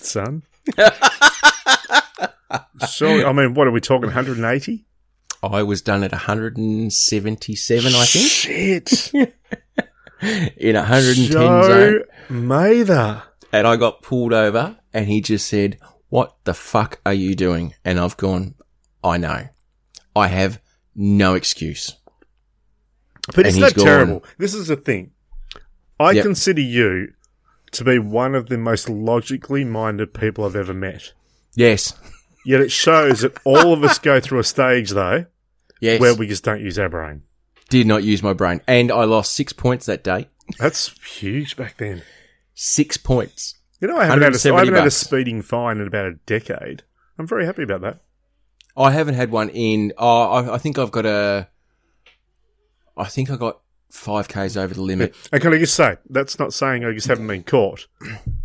Speaker 3: son. so, I mean, what are we talking? 180?
Speaker 2: I was done at 177, I think,
Speaker 3: Shit.
Speaker 2: in 110 zone.
Speaker 3: Joe Mather.
Speaker 2: And I got pulled over and he just said, What the fuck are you doing? And I've gone, I know. I have no excuse.
Speaker 3: But
Speaker 2: And
Speaker 3: it's
Speaker 2: he's
Speaker 3: not
Speaker 2: gone.
Speaker 3: terrible. This is the thing. I
Speaker 2: Yep.
Speaker 3: consider you to be one of the most logically minded people I've ever met.
Speaker 2: Yes.
Speaker 3: Yet it shows that all of us go through a stage, though,
Speaker 2: Yes.
Speaker 3: where we just don't use our brain.
Speaker 2: did not use my brain. And I lost six points that day.
Speaker 3: That's huge back then.
Speaker 2: Six points.
Speaker 3: You know, I haven't, had a, I
Speaker 2: 170
Speaker 3: haven't had a
Speaker 2: bucks.
Speaker 3: speeding fine in about a decade. I'm very happy about that.
Speaker 2: I haven't had one in. Oh, I, I think I've got a. I think I got five k's over the limit.
Speaker 3: And can I just say, that's not saying I just haven't been caught.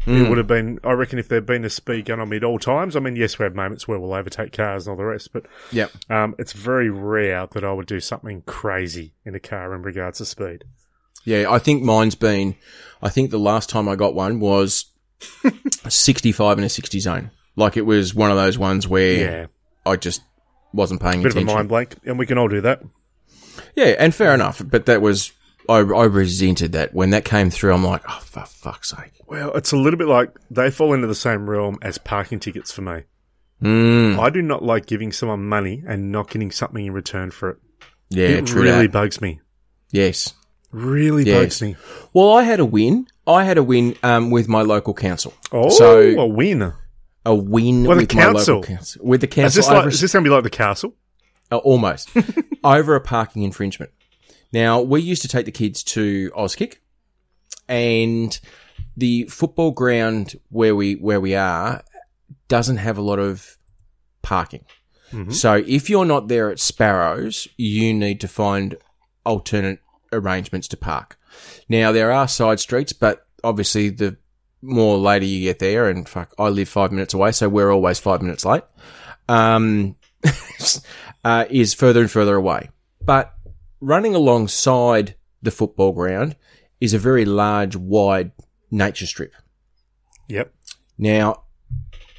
Speaker 2: Hmm.
Speaker 3: It would have been, I reckon, if there'd been a speed gun on me at all times. I mean, yes, we have moments where we'll overtake cars and all the rest, but
Speaker 2: Yep.
Speaker 3: Um, it's very rare that I would do something crazy in a car in regards to speed.
Speaker 2: Yeah, I think mine's been. I think the last time I got one was a 65 in a 60 zone. Like it was one of those ones where I just wasn't paying
Speaker 3: Bit of a
Speaker 2: attention.
Speaker 3: mind blank, and we can all do that.
Speaker 2: Yeah, and fair enough, but that was I, I resented that when that came through. I'm like, oh for fuck's sake.
Speaker 3: Well, it's a little bit like they fall into the same realm as parking tickets for me.
Speaker 2: Mm,
Speaker 3: I do not like giving someone money and not getting something in return for it.
Speaker 2: yeah,
Speaker 3: it
Speaker 2: true
Speaker 3: really
Speaker 2: that.
Speaker 3: bugs me.
Speaker 2: Yes.
Speaker 3: Really
Speaker 2: Yes.
Speaker 3: bugs me.
Speaker 2: Well, I had a win. I had a win um, with my local council.
Speaker 3: Oh,
Speaker 2: So-
Speaker 3: a win.
Speaker 2: A win
Speaker 3: With the
Speaker 2: with my
Speaker 3: council?
Speaker 2: local council. With the
Speaker 3: Is
Speaker 2: council,
Speaker 3: this, like,
Speaker 2: over-
Speaker 3: is this going to be like the castle?
Speaker 2: uh, almost over a parking infringement. Now we used to take the kids to Auskick, and the football ground where we where we are doesn't have a lot of parking. So if you're not there at Sparrows, you need to find alternate arrangements to park. Now there are side streets, but obviously the more later you get there, and fuck, I live five minutes away, so we're always five minutes late. Um, uh, is further and further away. But running alongside the football ground is a very large, wide nature strip.
Speaker 3: Yep.
Speaker 2: Now,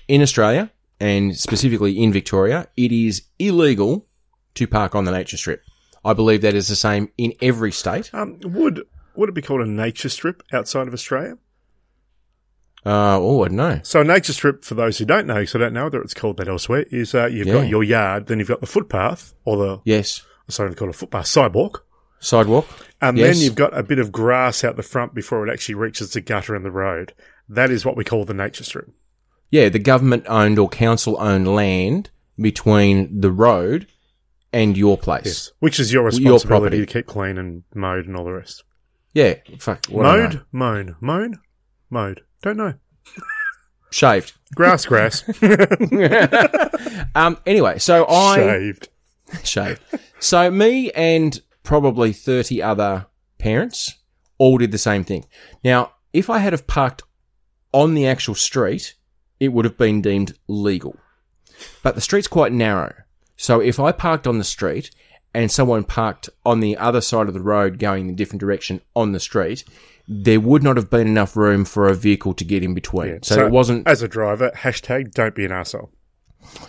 Speaker 2: in Australia and specifically in Victoria, it is illegal to park on the nature strip. I believe that is the same in every state.
Speaker 3: Um, would would it be called a nature strip outside of Australia?
Speaker 2: Uh, oh, I don't know.
Speaker 3: So a nature strip, for those who don't know, because I don't know whether it's called that elsewhere, is uh, you've
Speaker 2: Yeah.
Speaker 3: got your yard, then you've got the footpath, or the
Speaker 2: Yes.
Speaker 3: sorry, called a footpath sidewalk,
Speaker 2: Sidewalk.
Speaker 3: and
Speaker 2: Yes.
Speaker 3: then you've got a bit of grass out the front before it actually reaches the gutter and the road. That is what we call the nature strip.
Speaker 2: Yeah, the government owned or council owned land between the road and your place.
Speaker 3: Yes, which is your
Speaker 2: Your
Speaker 3: responsibility
Speaker 2: property.
Speaker 3: to keep clean and mowed and all the rest.
Speaker 2: Yeah. Fuck. What do I know?
Speaker 3: Mowed, mown, mown, mowed. Don't know.
Speaker 2: Shaved.
Speaker 3: Grass, grass,
Speaker 2: Um, anyway, so I
Speaker 3: shaved.
Speaker 2: shaved. So me and probably thirty other parents all did the same thing. Now, if I had have parked on the actual street, it would have been deemed legal. But the street's quite narrow, so if I parked on the street and someone parked on the other side of the road going in a different direction on the street, there would not have been enough room for a vehicle to get in between. so, it wasn't
Speaker 3: as a driver. Hashtag don't be an asshole.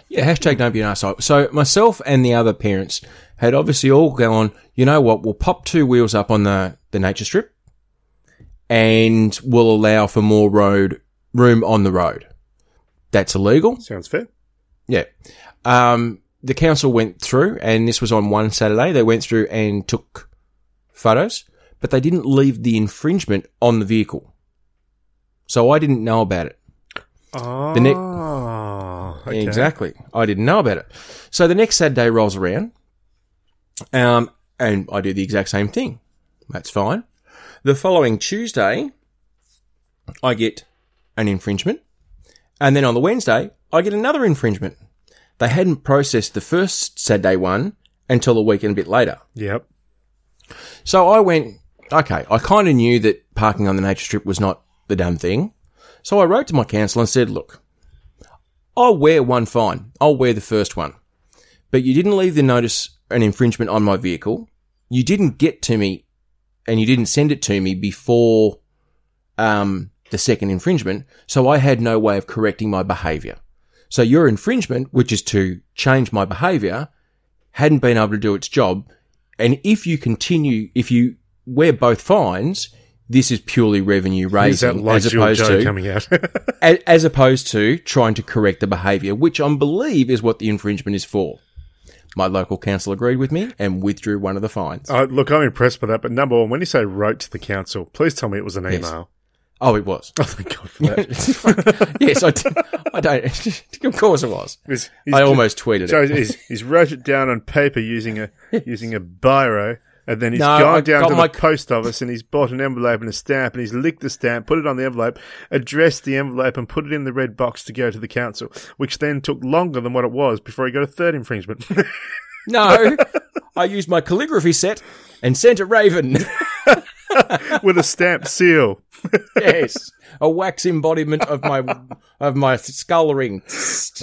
Speaker 2: Yeah, hashtag don't be an arsehole. So myself and the other parents had obviously all gone, you know what, we'll pop two wheels up on the, the nature strip and we'll allow for more road room on the road. That's illegal.
Speaker 3: Sounds fair.
Speaker 2: Yeah. Um, the council went through, and this was on one Saturday. They went through and took photos, but they didn't leave the infringement on the vehicle. So I didn't know about it.
Speaker 3: Oh,
Speaker 2: ne-
Speaker 3: Ah, okay.
Speaker 2: Exactly. I didn't know about it. So the next Saturday rolls around, um, and I do the exact same thing. That's fine. The following Tuesday, I get an infringement, and then on the Wednesday, I get another infringement. They hadn't processed the first Saturday one until a week and a bit later.
Speaker 3: Yep.
Speaker 2: So I went, okay, I kind of knew that parking on the nature strip was not the done thing. So I wrote to my council and said, look, I'll wear one fine. I'll wear the first one. But you didn't leave the notice an infringement on my vehicle. You didn't get to me and you didn't send it to me before um, the second infringement. So I had no way of correcting my behavior. So your infringement, which is to change my behavior, hadn't been able to do its job. And if you continue, if you wear both fines, this is purely revenue
Speaker 3: Is that
Speaker 2: raising
Speaker 3: like
Speaker 2: as
Speaker 3: Joe
Speaker 2: opposed to
Speaker 3: coming out?
Speaker 2: a- as opposed to trying to correct the behaviour, which I believe is what the infringement is for. My local council agreed with me and withdrew one of the fines.
Speaker 3: uh, look, I'm impressed by that. But number one, when you say wrote to the council, please tell me it was an email.
Speaker 2: Oh, it was.
Speaker 3: Oh, thank God for that.
Speaker 2: yes, I, did, I don't. of course, it was.
Speaker 3: He's- he's-
Speaker 2: I almost tweeted
Speaker 3: Joe,
Speaker 2: it.
Speaker 3: he's, he's wrote it down on paper using a using a biro, and then he's
Speaker 2: No,
Speaker 3: gone
Speaker 2: I
Speaker 3: down
Speaker 2: got
Speaker 3: to
Speaker 2: my-
Speaker 3: the post office and he's bought an envelope and a stamp, and he's licked the stamp, put it on the envelope, addressed the envelope, and put it in the red box to go to the council, which then took longer than what it was before he got a third infringement.
Speaker 2: No, I used my calligraphy set and sent a raven.
Speaker 3: with a stamp seal.
Speaker 2: yes, a wax embodiment of my of my skull ring.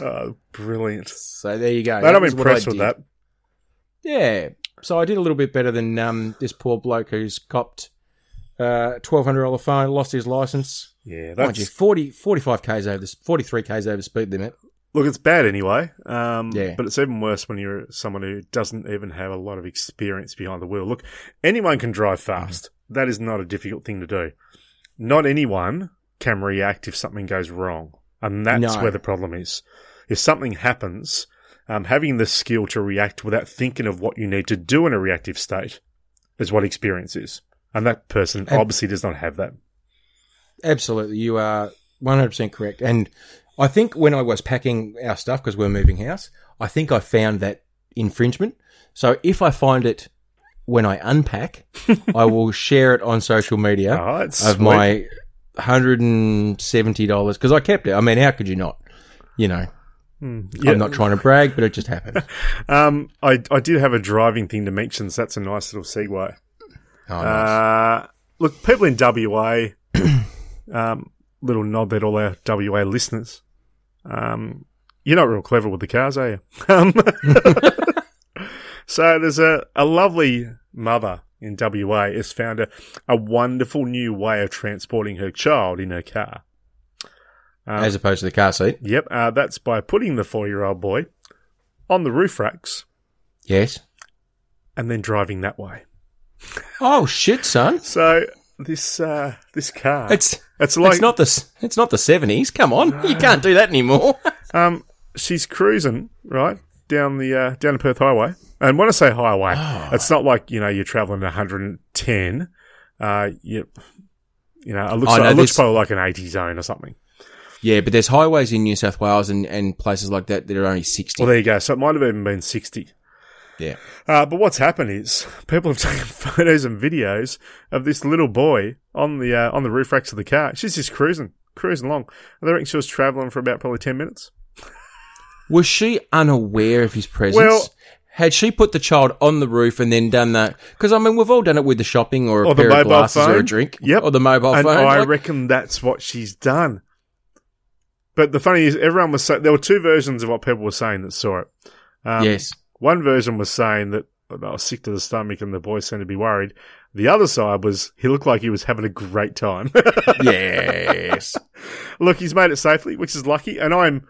Speaker 3: Oh, brilliant.
Speaker 2: So there you go.
Speaker 3: Mate, I'm
Speaker 2: was what I
Speaker 3: impressed with
Speaker 2: did.
Speaker 3: that.
Speaker 2: Yeah. So I did a little bit better than um, this poor bloke who's copped uh, twelve hundred dollar fine, lost his license.
Speaker 3: Yeah,
Speaker 2: Mind you,
Speaker 3: that's
Speaker 2: 40, 45 k's over the forty three k's over the speed limit.
Speaker 3: Look, it's bad anyway. Um,
Speaker 2: Yeah.
Speaker 3: But it's even worse when you're someone who doesn't even have a lot of experience behind the wheel. Look, anyone can drive fast. That is not a difficult thing to do. Not anyone can react if something goes wrong. And that's
Speaker 2: No.
Speaker 3: where the problem is. If something happens, um, having the skill to react without thinking of what you need to do in a reactive state is what experience is. And that person
Speaker 2: Ab-
Speaker 3: obviously does not have that.
Speaker 4: Absolutely, you are one hundred percent correct. And I think when I was packing our stuff because we are moving house, I think I found that infringement. So if I find it when I unpack, I will share it on social media
Speaker 3: All right,
Speaker 4: of
Speaker 3: Ah, Oh, sweet.
Speaker 4: my hundred and seventy dollars because I kept it. I mean, how could you not? You know,
Speaker 3: Hmm. Yeah.
Speaker 4: I'm not trying to brag, but it just happened.
Speaker 3: Um, I, I did have a driving thing to mention, so that's a nice little segue.
Speaker 4: Oh, nice.
Speaker 3: Uh, look, people in WA, um, little nod there to all our WA listeners. Um, you're not real clever with the cars, are you? Um, so there's a, a lovely mother in WA has found a, a wonderful new way of transporting her child in her car.
Speaker 4: As opposed to the car seat,
Speaker 3: Yep, uh, that's by putting the four-year-old boy on the roof racks
Speaker 4: yes.
Speaker 3: and then driving that way.
Speaker 4: Oh shit, son!
Speaker 3: So this uh, this car, it's,
Speaker 2: It's
Speaker 3: like
Speaker 2: it's not the s- it's not the seventies. Come on, you can't do that anymore.
Speaker 3: um, she's cruising right down the uh, down the Perth Highway, and when I say highway,
Speaker 2: Ah.
Speaker 3: it's not like you know you're traveling 110. Uh, you, you know, it looks
Speaker 2: Oh,
Speaker 3: like,
Speaker 2: no,
Speaker 3: it looks
Speaker 2: this-
Speaker 3: probably like an 80 zone or something.
Speaker 2: yeah, but there's highways in New South Wales and, and places like that that are only sixty.
Speaker 3: Well, there you go. So it might have even been 60.
Speaker 2: yeah,
Speaker 3: Uh, but what's happened is people have taken photos and videos of this little boy on the uh, on the roof racks of the car. She's just cruising, cruising along. And they reckon she was traveling for about probably 10 minutes.
Speaker 2: was she unaware of his presence?
Speaker 3: Well-
Speaker 2: had she put the child on the roof and then done that? Because I mean, we've all done it with the shopping or a
Speaker 3: Or the
Speaker 2: pair of
Speaker 3: mobile
Speaker 2: glasses or a
Speaker 3: phone.
Speaker 2: drink.
Speaker 3: Yep.
Speaker 2: or the mobile
Speaker 3: and
Speaker 2: phone.
Speaker 3: I
Speaker 2: Like,
Speaker 3: reckon that's what she's done. But the funny is, everyone was saying there were two versions of what people were saying that saw it. Um,
Speaker 2: yes,
Speaker 3: One version was saying that I was sick to the stomach and the boy seemed to be worried. The other side was he looked like he was having a great time.
Speaker 2: yes.
Speaker 3: Look, he's made it safely, which is lucky, and I'm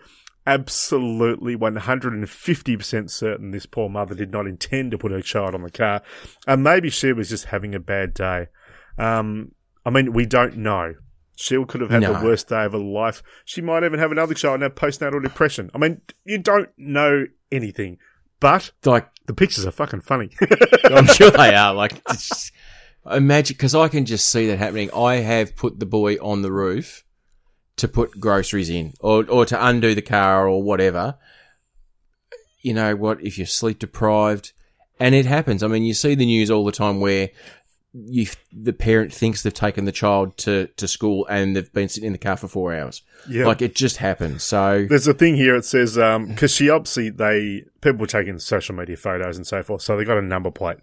Speaker 3: absolutely 150% certain this poor mother did not intend to put her child on the car. And maybe she was just having a bad day. Um, I mean, we don't know. She could have had
Speaker 2: No.
Speaker 3: the worst day of her life. She might even have another child and have postnatal depression. I mean, you don't know anything, but
Speaker 2: Like
Speaker 3: the pictures are fucking funny.
Speaker 2: I'm sure they are. Like, it's- imagine because I can just see that happening. I have put the boy on the roof to put groceries in, or or to undo the car, or whatever. You know what? If you're sleep deprived, and it happens. I mean, you see the news all the time where you the parent thinks they've taken the child to to school and they've been sitting in the car for four hours.
Speaker 3: yeah.
Speaker 2: Like it just happens. So
Speaker 3: There's a thing here. It says because she obviously they people were taking social media photos and so forth, so they got a number plate,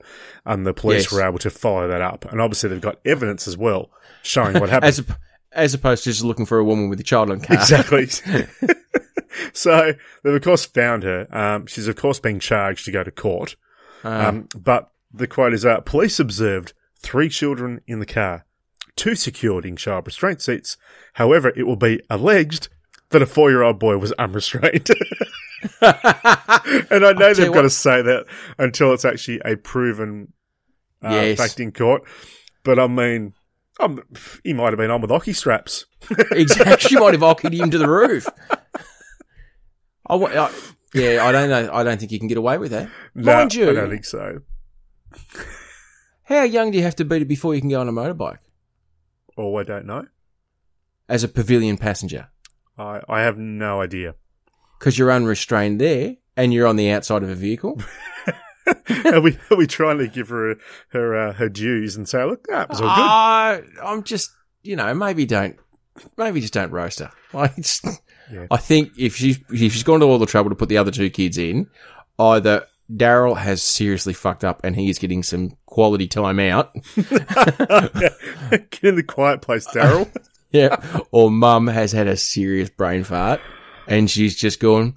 Speaker 3: and the police
Speaker 2: Yes.
Speaker 3: were able to follow that up, and obviously they've got evidence as well showing what happened.
Speaker 2: as op- as opposed to just looking for a woman with a child on car.
Speaker 3: exactly. so they've of course found her. Um, she's of course being charged to go to court. Um, but the quote is: uh, "Police observed three children in the car, two secured in child restraint seats. However, it will be alleged." That a four-year-old boy was unrestrained. And I know
Speaker 2: tell
Speaker 3: they've
Speaker 2: you
Speaker 3: got
Speaker 2: what-
Speaker 3: to say that until it's actually a proven uh,
Speaker 2: Yes.
Speaker 3: fact in court. But I mean, um, he might have been on with hockey straps.
Speaker 2: Exactly. She might have occupied him to the roof. I, wa- I, yeah, I don't know. I don't think you can get away with that.
Speaker 3: No,
Speaker 2: Mind
Speaker 3: I
Speaker 2: you,
Speaker 3: don't think so.
Speaker 2: how young do you have to be before you can go on a motorbike
Speaker 3: Oh, I don't know.
Speaker 2: as a pavilion passenger?
Speaker 3: I, I have no idea.
Speaker 2: Because you're unrestrained there and you're on the outside of a vehicle.
Speaker 3: are we are we trying to give her her uh, her dues and say, look, that was all good.
Speaker 2: Uh, I'm just, you know, maybe don't, maybe just don't roast her. Like, it's,
Speaker 3: Yeah.
Speaker 2: I think if she's if she's gone to all the trouble to put the other two kids in, either Daryl has seriously fucked up and he is getting some quality time out, Ah.
Speaker 3: Get in the quiet place, Daryl.
Speaker 2: yeah, or Mum has had a serious brain fart and she's just gone.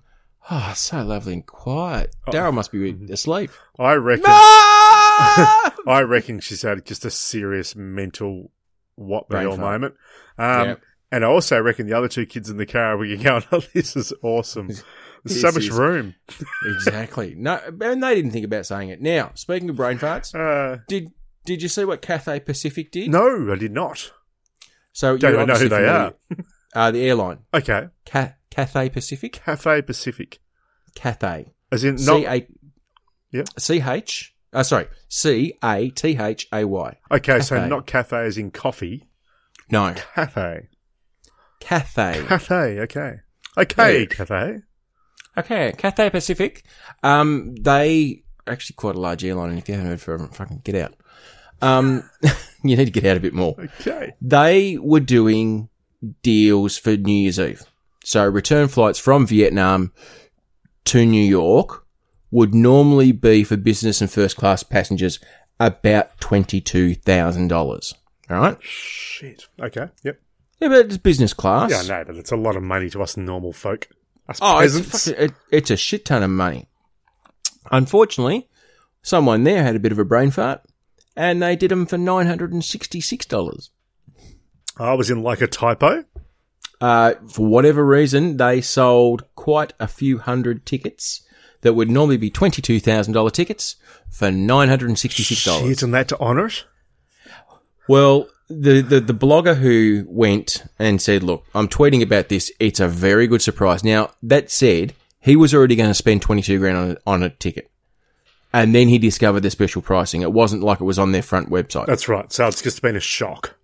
Speaker 2: Oh, so lovely and quiet.
Speaker 3: Oh.
Speaker 2: Daryl must be asleep.
Speaker 3: I reckon.
Speaker 2: Ah!
Speaker 3: I reckon she's had just a serious mental what the
Speaker 2: Brain
Speaker 3: hell
Speaker 2: fart.
Speaker 3: moment. Um,
Speaker 2: Yep.
Speaker 3: And I also reckon the other two kids in the car were going, oh, this is awesome. There's so
Speaker 2: This
Speaker 3: much
Speaker 2: is-
Speaker 3: room.
Speaker 2: exactly. No, and they didn't think about saying it. Now, speaking of brain farts,
Speaker 3: Uh,
Speaker 2: did did you see what Cathay Pacific did?
Speaker 3: no, I did not.
Speaker 2: So
Speaker 3: Don't
Speaker 2: you're
Speaker 3: even know who
Speaker 2: obviously
Speaker 3: they are.
Speaker 2: familiar. Uh, the airline
Speaker 3: Okay.
Speaker 2: Ca- Cathay Pacific.
Speaker 3: Cafe Pacific.
Speaker 2: Cathay.
Speaker 3: As in, not.
Speaker 2: C A.
Speaker 3: Yeah.
Speaker 2: C H. Uh, sorry. C A T H A Y.
Speaker 3: okay, so
Speaker 2: Cafe.
Speaker 3: not cafe as in coffee.
Speaker 2: No.
Speaker 3: Cafe.
Speaker 2: Cathay.
Speaker 3: Cafe, okay. Okay,
Speaker 2: Yeah.
Speaker 3: cafe.
Speaker 2: Okay, Cathay Pacific. Um, they actually quite a large airline, and if you haven't heard from them, fucking get out. Um, you need to get out a bit more.
Speaker 3: Okay.
Speaker 2: They were doing deals for New Year's Eve, so return flights from Vietnam to New York would normally be for business and first class passengers about twenty two thousand dollars. All right,
Speaker 3: Shit. Okay, yep.
Speaker 2: yeah, but it's business class.
Speaker 3: Yeah, I know, but it's a lot of money to us normal folk. Us
Speaker 2: Oh, it's a,
Speaker 3: peasants.
Speaker 2: fucking, it, it's a shit ton of money. Unfortunately, someone there had a bit of a brain fart, and they did them for nine hundred and sixty-six dollars.
Speaker 3: I was in like a typo.
Speaker 2: Uh, for whatever reason, they sold quite a few hundred tickets that would normally be twenty-two thousand dollar tickets for nine hundred and sixty-six dollars.
Speaker 3: Shit, and that to honour it?
Speaker 2: Well, the, the the blogger who went and said, "Look, I'm tweeting about this. It's a very good surprise." Now that said, he was already going to spend twenty two grand on, on a ticket, and then he discovered the special pricing. It wasn't like it was on their front website.
Speaker 3: That's right. So it's just been a shock.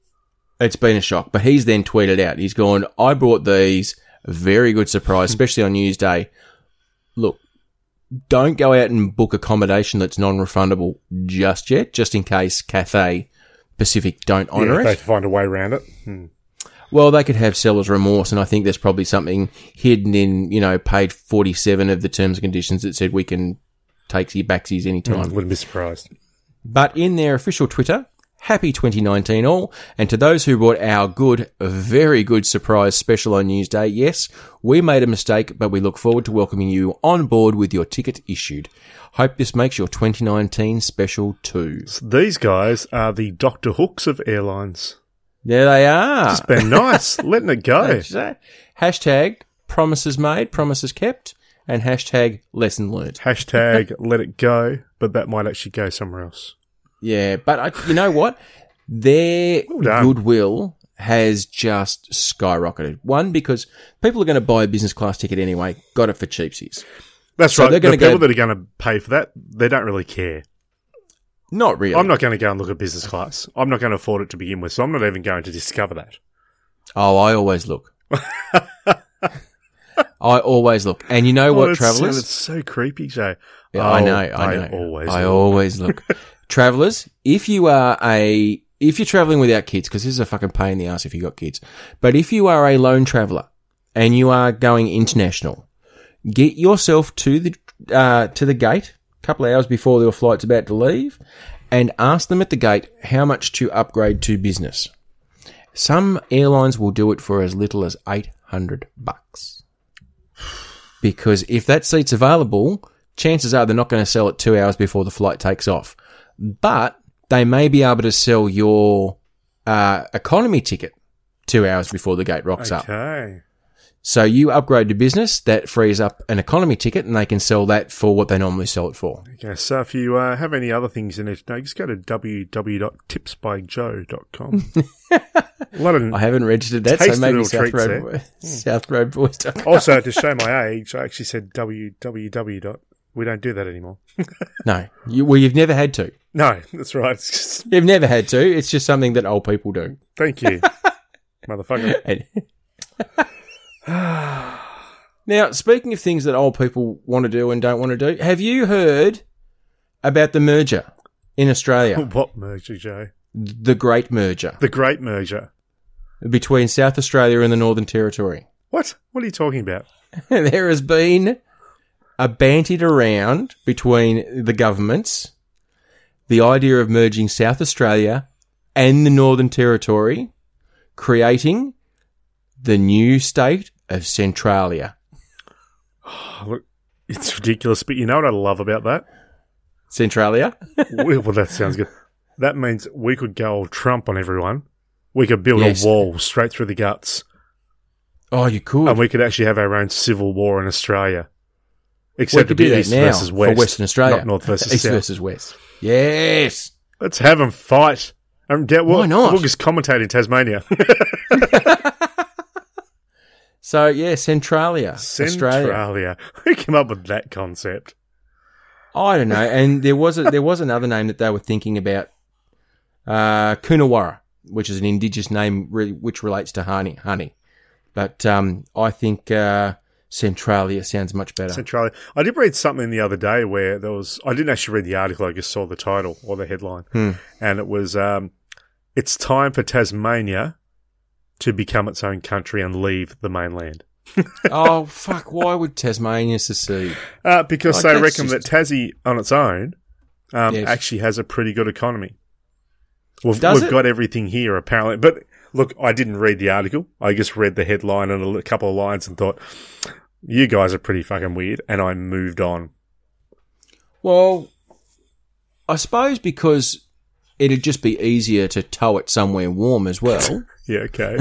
Speaker 2: It's been a shock, but he's then tweeted out. He's gone, "I brought these. Very good surprise, especially on New Year's Day. Look." Don't go out and book accommodation that's non-refundable just yet, just in case Cathay Pacific don't honour
Speaker 3: Yeah,
Speaker 2: it.
Speaker 3: They have to find a way around it. Hmm.
Speaker 2: Well, they could have seller's remorse, and I think there's probably something hidden in, you know, page 47 of the terms and conditions that said we can take your backsies
Speaker 3: I
Speaker 2: anytime.
Speaker 3: wouldn't be surprised.
Speaker 2: But in their official Twitter, happy 2019 all, and to those who bought our good, very good surprise special on News Day, yes, we made a mistake, but we look forward to welcoming you on board with your ticket issued. Hope this makes your 2019 special too.
Speaker 3: So these guys are the Doctor Hooks of airlines.
Speaker 2: There they are.
Speaker 3: It's been nice letting it go.
Speaker 2: Hashtag- eh? Hashtag promises made, promises kept, and hashtag lesson learned.
Speaker 3: Hashtag let it go, but that might actually go somewhere else.
Speaker 2: Yeah, but I, you know what? Their
Speaker 3: done.
Speaker 2: goodwill has just skyrocketed. One, because people are going to buy a business class ticket anyway, got it for cheapsies.
Speaker 3: That's
Speaker 2: So
Speaker 3: right.
Speaker 2: they're
Speaker 3: The
Speaker 2: gonna
Speaker 3: people
Speaker 2: go-
Speaker 3: that are going to pay for that, they don't really care.
Speaker 2: Not really.
Speaker 3: I'm not going to go and look at business class. I'm not going to afford it to begin with, so I'm not even going to discover that.
Speaker 2: oh, I always look. I always look. And you know what,
Speaker 3: Oh, that
Speaker 2: travelers?
Speaker 3: sounded so creepy, Joe.
Speaker 2: Yeah, I
Speaker 3: Oh,
Speaker 2: know, I know.
Speaker 3: I always
Speaker 2: I
Speaker 3: look.
Speaker 2: always look. Travelers, if you are a, if you're traveling without kids, because this is a fucking pain in the ass if you got kids, but if you are a lone traveler and you are going international, get yourself to the, uh, to the gate a couple of hours before your flight's about to leave and ask them at the gate how much to upgrade to business. Some airlines will do it for as little as 800 bucks because if that seat's available, chances are they're not going to sell it two hours before the flight takes off. But they may be able to sell your uh, economy ticket two hours before the gate rocks up.
Speaker 3: Okay.
Speaker 2: So you upgrade to business, that frees up an economy ticket, and they can sell that for what they normally sell it for.
Speaker 3: Okay, so if you uh, have any other things in it, no, just go to www.tipsbyjoe.com. a lot of-
Speaker 2: I haven't registered that, so
Speaker 3: Tasty
Speaker 2: maybe
Speaker 3: little
Speaker 2: South
Speaker 3: treats
Speaker 2: Road, South Road Boys. don't-
Speaker 3: also, to show my age, I actually said www. We don't do that anymore.
Speaker 2: No, you, well, you've never had to.
Speaker 3: No, that's right. It's just-
Speaker 2: You've never had to. It's just something that old people do.
Speaker 3: Thank you, motherfucker.
Speaker 2: And- now, speaking of things that old people want to do and don't want to do, have you heard about the merger in Australia?
Speaker 3: What merger, Joe?
Speaker 2: the great merger
Speaker 3: The Great Merger.
Speaker 2: between South Australia and the Northern Territory.
Speaker 3: What? What are you talking about?
Speaker 2: there has been a bantied around between the governments the idea of merging South Australia and the Northern Territory, creating the new state of Centralia.
Speaker 3: Oh, look, it's ridiculous. But you know what I love about that?
Speaker 2: Centralia?
Speaker 3: well, well, that sounds good. That means we could go all Trump on everyone. We could build
Speaker 2: Yes.
Speaker 3: a wall straight through the guts.
Speaker 4: Oh, you could.
Speaker 3: and we could actually have our own civil war in Australia. Except
Speaker 4: could
Speaker 3: it'd be
Speaker 4: do that
Speaker 3: East
Speaker 4: now
Speaker 3: versus
Speaker 4: for
Speaker 3: West,
Speaker 4: Western Australia.
Speaker 3: not North versus
Speaker 4: East
Speaker 3: South.
Speaker 4: versus West. Yes.
Speaker 3: Let's have them fight. Um, yeah, we'll,
Speaker 4: Why not?
Speaker 3: We'll just commentate in Tasmania.
Speaker 4: So yeah, Centralia, Australia.
Speaker 3: Centralia. Who came up with that concept?
Speaker 4: I don't know. And there was a, there was another name that they were thinking about, uh, Coonawarra, which is an indigenous name really, which relates to honey. Honey, but um, I think uh, Centralia sounds much better.
Speaker 3: Centralia. I did read something the other day where there was. I didn't actually read the article. I just saw the title or the headline,
Speaker 4: Hmm.
Speaker 3: and it was, um, "It's time for Tasmania to become its own country and leave the mainland."
Speaker 4: oh fuck! Why would Tasmania secede?
Speaker 3: Uh, because
Speaker 4: Like,
Speaker 3: they
Speaker 4: that's
Speaker 3: reckon
Speaker 4: just-
Speaker 3: that Tassie on its own um,
Speaker 4: Yes.
Speaker 3: actually has a pretty good economy. We've,
Speaker 4: Does
Speaker 3: we've
Speaker 4: it?
Speaker 3: got everything here, apparently. But look, I didn't read the article. I just read the headline and a li- couple of lines and thought, you guys are pretty fucking weird. And I moved on.
Speaker 4: Well,
Speaker 2: I suppose because it'd just be easier to tow it somewhere warm as well.
Speaker 3: Yeah, okay.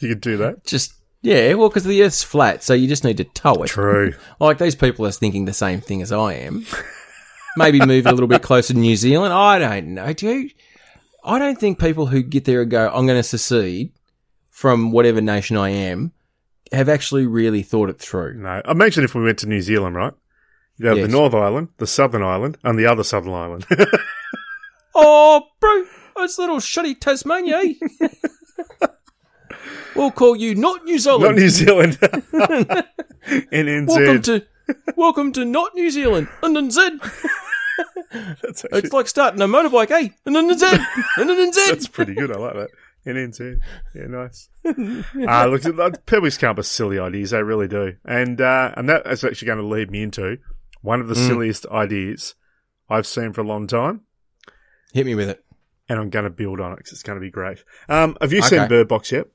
Speaker 3: you could do that.
Speaker 2: just yeah, well, because the Earth's flat, so you just need to tow it.
Speaker 3: True.
Speaker 2: Like these people are thinking the same thing as I am. Maybe move it a little bit closer to New Zealand. I don't know. Do you? I don't think people who get there and go, "I'm going to secede from whatever nation I am," have actually really thought it through.
Speaker 3: No, imagine if we went to New Zealand, right? You have
Speaker 2: Yes.
Speaker 3: the North Island, the Southern Island, and the other Southern Island.
Speaker 2: Oh, bro, it's little shitty Tasmania. eh? we'll call you not New Zealand.
Speaker 3: Not New Zealand. NNZ.
Speaker 2: welcome to welcome to not New Zealand. And then Z.
Speaker 3: That's actually-
Speaker 2: It's like starting a motorbike, eh? And then Z. And then
Speaker 3: That's
Speaker 2: Z.
Speaker 3: pretty good. I like that. NNZ. Yeah, nice. Ah, look, look, people just come up with silly ideas. They really do. And uh, and that is actually going to lead me into one of the
Speaker 4: Mm.
Speaker 3: silliest ideas I've seen for a long time.
Speaker 4: hit me with it.
Speaker 3: And I'm going to build on it because it's going to be great. Um, have you seen
Speaker 4: Okay.
Speaker 3: Bird Box yet?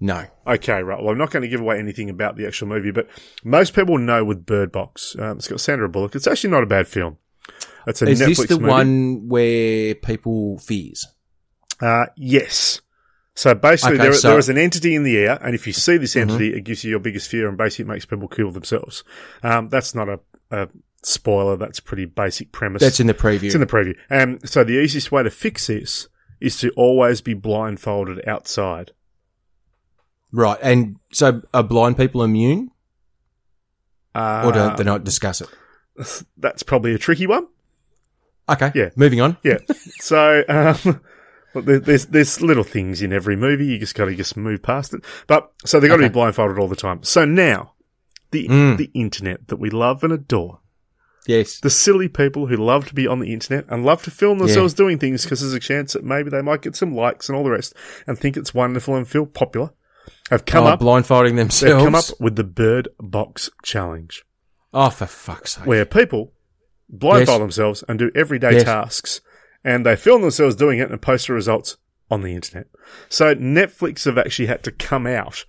Speaker 4: No.
Speaker 3: Okay, right. Well, I'm not going to give away anything about the actual movie, but most people know with Bird Box. Um, it's got Sandra Bullock. It's actually not a bad film. It's a
Speaker 4: Is
Speaker 3: Netflix
Speaker 4: this the
Speaker 3: movie.
Speaker 4: one where people fears?
Speaker 3: Uh, yes. So basically,
Speaker 4: Okay,
Speaker 3: there,
Speaker 4: so- Mm-hmm.
Speaker 3: there is an entity in the air, and if you see this entity, it gives you your biggest fear, and basically it makes people kill themselves. Um, that's not a, a spoiler. That's a pretty basic premise.
Speaker 4: That's in the preview.
Speaker 3: it's in the preview. Um, so the easiest way to fix this is to always be blindfolded outside.
Speaker 4: right. And so are blind people immune,
Speaker 3: Uh,
Speaker 4: or don't they not discuss it?
Speaker 3: that's probably a tricky one.
Speaker 4: Okay.
Speaker 3: yeah.
Speaker 4: Moving on.
Speaker 3: Yeah. so um, look, there- there's there's little things in every movie. You just got to just move past it. But so they've got to be
Speaker 4: Okay.
Speaker 3: blindfolded all the time. So now the
Speaker 4: Mm.
Speaker 3: the internet that we love and adore,
Speaker 4: Yes.
Speaker 3: the silly people who love to be on the internet and love to film themselves doing things because there's a chance that maybe they might get some likes and all the rest, and think it's wonderful and feel popular, have come
Speaker 4: oh,
Speaker 3: up.
Speaker 4: blindfolding
Speaker 3: They've
Speaker 4: themselves.
Speaker 3: come up with the bird box challenge
Speaker 4: Oh, for fuck's sake!
Speaker 3: where people blindfold
Speaker 4: Yes.
Speaker 3: themselves and do everyday
Speaker 4: Yes.
Speaker 3: tasks and they film themselves doing it and post the results on the internet. So Netflix have actually had to come out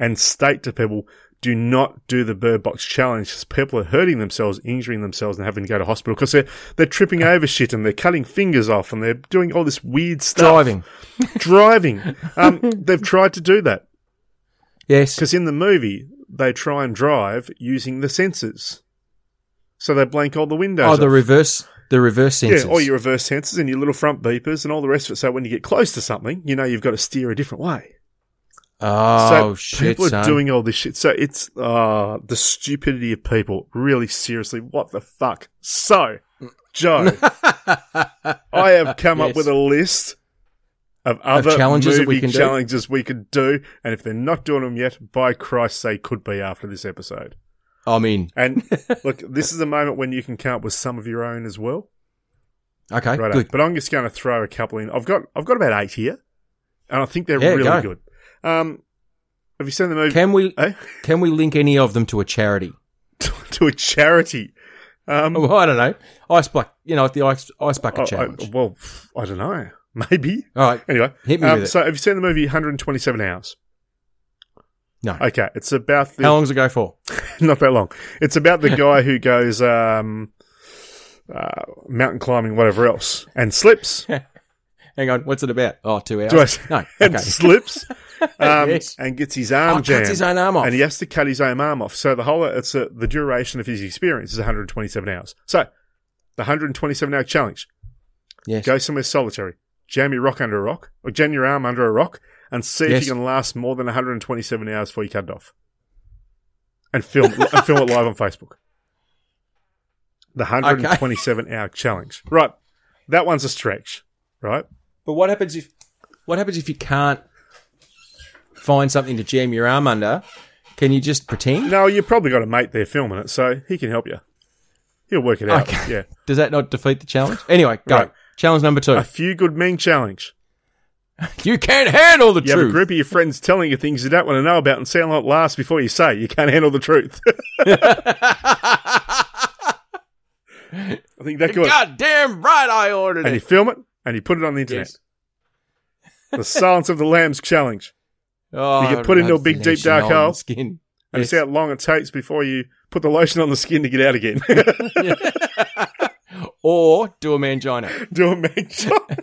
Speaker 3: and state to people, do not do the bird box challenge because people are hurting themselves, injuring themselves and having to go to hospital because they're, they're tripping over shit and they're cutting fingers off and they're doing all this weird stuff.
Speaker 4: Driving.
Speaker 3: Driving. um, they've tried to do that
Speaker 4: Yes.
Speaker 3: because in the movie, they try and drive using the sensors. So they blank all the windows.
Speaker 4: Oh, the
Speaker 3: off.
Speaker 4: reverse. The reverse sensors.
Speaker 3: Yeah, oh, all your reverse sensors and your little front beepers and all the rest of it. So when you get close to something, you know you've got to steer a different way.
Speaker 4: Oh
Speaker 3: so
Speaker 4: shit,
Speaker 3: people
Speaker 4: son.
Speaker 3: are doing all this shit. So it's uh, the stupidity of people. Really seriously, what the fuck? So, Joe, I have come up
Speaker 4: Yes.
Speaker 3: with a list of other
Speaker 4: challenges that we
Speaker 3: movie
Speaker 4: can do?
Speaker 3: challenges we could do, and if they're not doing them yet, by Christ, they could be after this episode.
Speaker 4: I mean,
Speaker 3: And look, this is a moment when you can come up with some of your own as well.
Speaker 4: okay,
Speaker 3: Right,
Speaker 4: good.
Speaker 3: but I'm just going to throw a couple in. I've got I've got about eight here, and I think they're
Speaker 4: Yeah,
Speaker 3: really
Speaker 4: go.
Speaker 3: good. Um, have you seen the movie
Speaker 4: Can we
Speaker 3: eh?
Speaker 4: can we link any of them to a charity?
Speaker 3: to a charity? Um,
Speaker 4: Well, I don't know. Ice bucket, you know, the ice ice bucket
Speaker 3: Oh, I- I-
Speaker 4: challenge.
Speaker 3: well, I don't know. Maybe.
Speaker 4: All right,
Speaker 3: Anyway,
Speaker 4: Hit me
Speaker 3: um,
Speaker 4: with it.
Speaker 3: so have you seen the movie 127 Hours?
Speaker 4: no.
Speaker 3: Okay, it's about the
Speaker 4: How long's it go for?
Speaker 3: not that long. It's about the guy who goes um, uh, mountain climbing, whatever else, and slips.
Speaker 4: Hang on, what's it about? Oh, two hours.
Speaker 3: Do I-
Speaker 4: No,
Speaker 3: and
Speaker 4: okay.
Speaker 3: slips um, and gets his arm
Speaker 2: Oh,
Speaker 3: jammed.
Speaker 2: cuts his own arm off.
Speaker 3: And he has to cut his own arm off. So the whole it's a, the duration of his experience is 127 hours. So the 127 hour challenge:
Speaker 4: Yes.
Speaker 3: go somewhere solitary, jam your rock under a rock, or jam your arm under a rock, and see
Speaker 2: Yes.
Speaker 3: if you can last more than 127 hours before you cut it off. And film and film it live on Facebook. The 127 hour challenge. Right, that one's a stretch. Right.
Speaker 2: But what happens if what happens if you can't find something to jam your arm under? Can you just pretend?
Speaker 3: No, you probably got a mate there filming it, so he can help you. He'll work it out.
Speaker 2: Okay.
Speaker 3: Yeah.
Speaker 2: Does that not defeat the challenge? Anyway, go.
Speaker 3: Right.
Speaker 2: Challenge number two.
Speaker 3: A few good men challenge.
Speaker 2: you can't handle the
Speaker 3: You have a
Speaker 2: truth.
Speaker 3: group of your friends telling you things you don't want to know about and sound like last before you say you can't handle the truth. I think that could
Speaker 2: God damn right I ordered
Speaker 3: and you film it and you put it on the internet. The Silence of the Lambs challenge.
Speaker 2: Oh,
Speaker 3: You get put into a
Speaker 2: rubs the
Speaker 3: big, deep,
Speaker 2: lotion
Speaker 3: dark
Speaker 2: on
Speaker 3: hole.
Speaker 2: the Skin.
Speaker 3: And
Speaker 2: Yes.
Speaker 3: see how long it takes before you put the lotion on the skin to get out again.
Speaker 2: Or do a mangina
Speaker 3: Do a man challenge.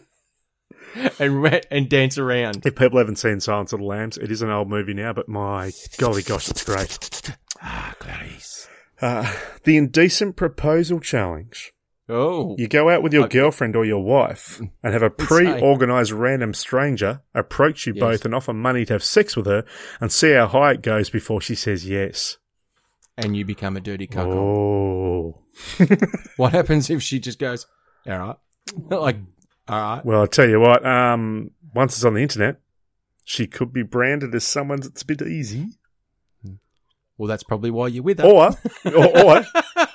Speaker 2: and ra- and dance around.
Speaker 3: If people haven't seen Silence of the Lambs, it is an old movie now, but my golly gosh, it's great.
Speaker 2: Ah, Clarice.
Speaker 3: Uh, the indecent proposal challenge.
Speaker 2: Oh,
Speaker 3: You go out with your girlfriend or your wife and have a pre
Speaker 2: a-
Speaker 3: organized random stranger approach you
Speaker 2: Yes.
Speaker 3: both and offer money to have sex with her and see how high it goes before she says yes.
Speaker 2: and you become a dirty cuckold.
Speaker 3: Oh.
Speaker 2: What happens if she just goes, "All right, like, all right,
Speaker 3: Well, I'll tell you what, um, once it's on the internet, she could be branded as someone that's a bit easy.
Speaker 2: well, that's probably why you're with her."
Speaker 3: Or, or, or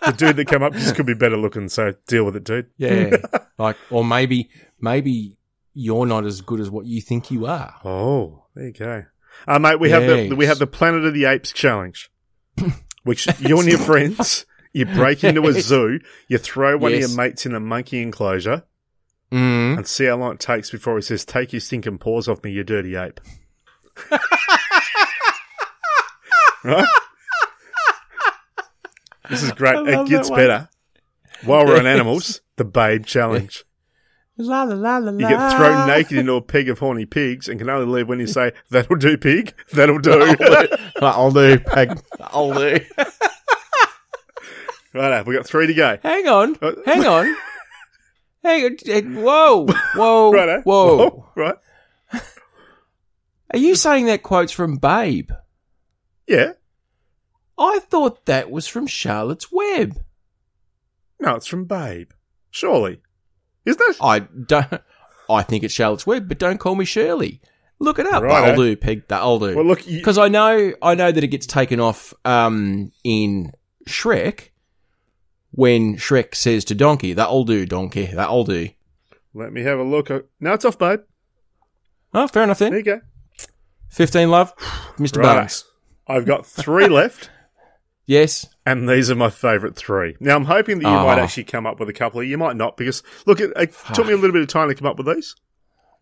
Speaker 3: the dude that come up just could be better looking, so deal with it, dude.
Speaker 2: Yeah, like, or maybe, maybe you're not as good as what you think you are.
Speaker 3: Oh, there you go. Uh, mate, we have the we
Speaker 2: Yes.
Speaker 3: have the Planet of the Apes challenge, which you and your friends you break into a
Speaker 2: Yes.
Speaker 3: zoo, you throw one
Speaker 2: Yes.
Speaker 3: of your mates in a monkey enclosure,
Speaker 2: Mm.
Speaker 3: and see how long it takes before he says, "Take your stinking paws off me, you dirty ape." right? This is great.
Speaker 2: I
Speaker 3: It
Speaker 2: love
Speaker 3: gets
Speaker 2: that one.
Speaker 3: better. While we're on
Speaker 2: Yes.
Speaker 3: animals, the babe challenge.
Speaker 2: La la la la.
Speaker 3: You get thrown naked into a peg of horny pigs and can only leave when you say, that'll do, pig. That'll do.
Speaker 2: I'll do, peg. I'll do.
Speaker 3: right, we've got three to go.
Speaker 2: Hang on,
Speaker 3: Uh,
Speaker 2: hang on, hang on. eh, Whoa, whoa,
Speaker 3: Right, eh?
Speaker 2: Oh, whoa.
Speaker 3: Right.
Speaker 2: Are you saying that quote's from Babe?
Speaker 3: Yeah.
Speaker 2: I thought that was from Charlotte's Web.
Speaker 3: No, it's from Babe. Surely. Isn't it?
Speaker 2: I don't. I think it's Charlotte's Web, but don't call me Shirley. Look it up.
Speaker 3: Righto.
Speaker 2: I'll do, Peg. I'll do.
Speaker 3: Well, look, you,
Speaker 2: because I know I know that it gets taken off um, in Shrek when Shrek says to Donkey, "That'll do, Donkey. That'll do."
Speaker 3: let me have a look. Uh, No, it's off, Babe.
Speaker 2: Oh, fair enough
Speaker 3: There
Speaker 2: then.
Speaker 3: you go.
Speaker 2: Fifteen love, Mister
Speaker 3: Righto.
Speaker 2: Bugs.
Speaker 3: I've got three left,
Speaker 2: Yes.
Speaker 3: and these are my favourite three. Now, I'm hoping that you might
Speaker 2: Oh.
Speaker 3: actually come up with a couple of You might not, because, look, it, it took me a little bit of time to come up with these.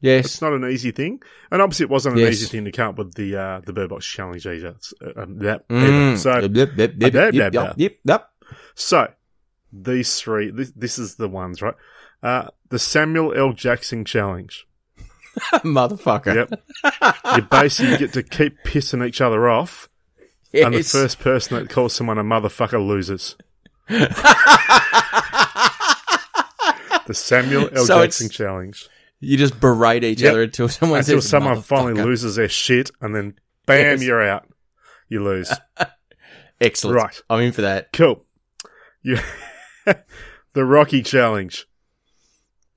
Speaker 3: It's
Speaker 2: Yes.
Speaker 3: not an easy thing, and obviously it wasn't an
Speaker 2: Yes.
Speaker 3: easy thing to come up with the uh, the Bird Box challenge either. It's, uh, um, that
Speaker 2: Mm.
Speaker 3: either. So
Speaker 2: Yep, yep, yep,
Speaker 3: Blah, blah,
Speaker 2: yep, yep,
Speaker 3: blah.
Speaker 2: yep, yep.
Speaker 3: So these three, this, this is the ones, right? Uh, the Samuel L. Jackson challenge.
Speaker 2: Motherfucker.
Speaker 3: Yep. you basically get to keep pissing each other off, and the
Speaker 2: Yes.
Speaker 3: first person that calls someone a motherfucker loses. the Samuel L.
Speaker 2: So it's-
Speaker 3: Jackson challenge.
Speaker 2: you just berate each
Speaker 3: Yep.
Speaker 2: other until someone
Speaker 3: Until
Speaker 2: says,
Speaker 3: someone finally
Speaker 2: "Motherfucker."
Speaker 3: loses their shit, and then bam,
Speaker 2: Yes.
Speaker 3: you're out. You lose.
Speaker 2: Excellent.
Speaker 3: Right.
Speaker 2: I'm in for that.
Speaker 3: Cool. You. the Rocky challenge.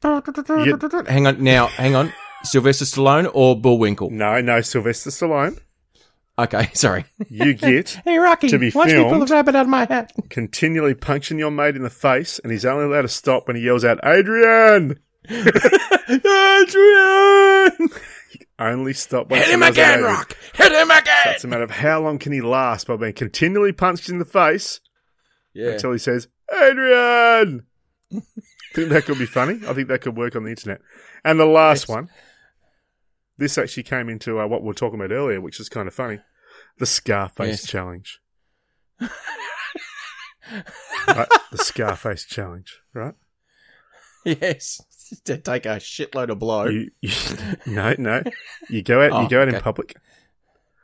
Speaker 3: You get-
Speaker 2: Hang on now. Hang on. Sylvester Stallone or Bullwinkle?
Speaker 3: no, no, Sylvester Stallone.
Speaker 2: Okay, sorry.
Speaker 3: You get
Speaker 2: Hey Rocky,
Speaker 3: To be watch me pull filmed. the
Speaker 2: rabbit out of my hat.
Speaker 3: continually punching your mate in the face, and he's only allowed to stop when he yells out, Adrian!
Speaker 2: Adrian,
Speaker 3: Only stop when
Speaker 2: hit him
Speaker 3: someone yells out,
Speaker 2: again,
Speaker 3: "Adrian."
Speaker 2: Rock. Hit him again.
Speaker 3: It's a matter of how long can he last by being continually punched in the face
Speaker 2: Yeah.
Speaker 3: until he says, Adrian! I think that could be funny. I think that could work on the internet. And the last
Speaker 2: Yes.
Speaker 3: one, this actually came into uh, what we were talking about earlier, which is kind of funny the Scarface
Speaker 2: Yes.
Speaker 3: Challenge. right? The Scarface Challenge, right?
Speaker 2: Yes. To take a shitload of blow.
Speaker 3: You, you- no, no. You go out.
Speaker 2: Oh,
Speaker 3: you go out in
Speaker 2: okay.
Speaker 3: public.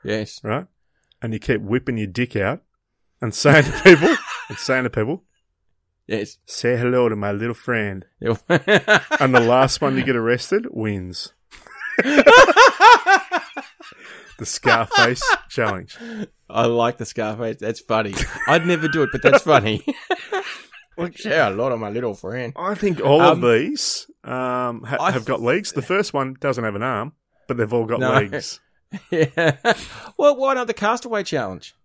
Speaker 2: Yes.
Speaker 3: right? And you keep whipping your dick out and saying to people, and saying to people,
Speaker 2: Yes.
Speaker 3: say hello to my little friend.
Speaker 2: Yep.
Speaker 3: And the last one to get arrested wins. the Scarface challenge.
Speaker 2: I like the Scarface. That's funny. I'd never do it, but that's funny. yeah, a lot of my little friend.
Speaker 3: I think all
Speaker 2: Um,
Speaker 3: of these um, ha-
Speaker 2: I
Speaker 3: have got legs. The first one doesn't have an arm, but they've all got
Speaker 2: No.
Speaker 3: legs.
Speaker 2: Yeah. Well, why not the Castaway Challenge?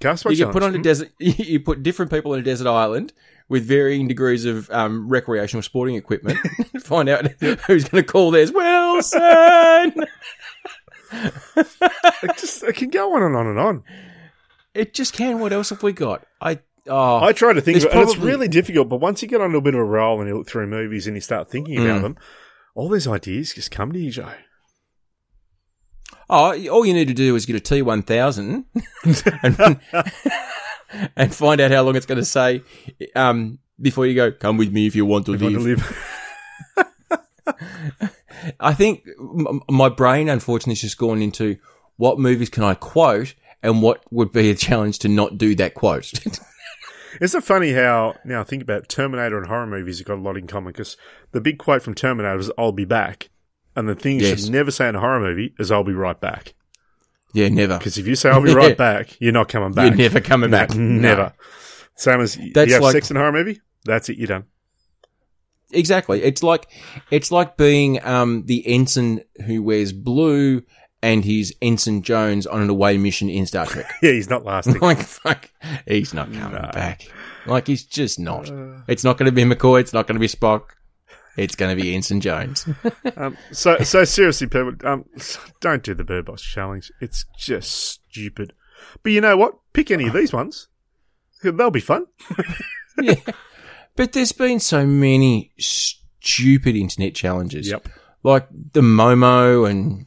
Speaker 3: Castaway
Speaker 2: you get put on
Speaker 3: challenge.
Speaker 2: a desert. You put different people on a desert island with varying degrees of um, recreational sporting equipment. Find out who's going to call theirs Wilson.
Speaker 3: It, just, it can go on and on and on.
Speaker 2: it just can. What else have we got? I oh
Speaker 3: I try to think, of
Speaker 2: There's
Speaker 3: it, and it's
Speaker 2: probably-
Speaker 3: really difficult. But once you get onto a bit of a roll and you look through movies and you start thinking about
Speaker 2: Mm.
Speaker 3: them, all these ideas just come to you, Joe.
Speaker 2: oh, all you need to do is get a T one thousand and and find out how long it's going to say um, before you go. Come with me if you want to
Speaker 3: If I
Speaker 2: live.
Speaker 3: live.
Speaker 2: I think m- my brain, unfortunately, has just gone into what movies can I quote and what would be a challenge to not do that quote.
Speaker 3: Isn't it funny how now I think about it, Terminator and horror movies have got a lot in common because the big quote from Terminator is "I'll be back," and the thing you
Speaker 2: Yes.
Speaker 3: should never say in a horror movie is "I'll be right back"
Speaker 2: yeah, never.
Speaker 3: because if you say "I'll be right back," you're not coming back.
Speaker 2: You're never coming
Speaker 3: No,
Speaker 2: back.
Speaker 3: Never.
Speaker 2: No.
Speaker 3: Same as
Speaker 2: That's
Speaker 3: you have
Speaker 2: like-
Speaker 3: sex in a horror movie. That's it. You're done.
Speaker 2: Exactly. It's like it's like being um, the ensign who wears blue and he's Ensign Jones on an away mission in Star Trek.
Speaker 3: Yeah, he's not lasting.
Speaker 2: like fuck, he's not coming back. Like he's just not.
Speaker 3: Uh.
Speaker 2: It's not going to be McCoy. It's not going to be Spock. It's going to be Ensign Jones.
Speaker 3: Um, so, so seriously, people, um, don't do the Bird Box challenge. It's just stupid. But you know what? Pick any of these ones. They'll be fun.
Speaker 2: But there's been so many stupid internet challenges. Like the Momo and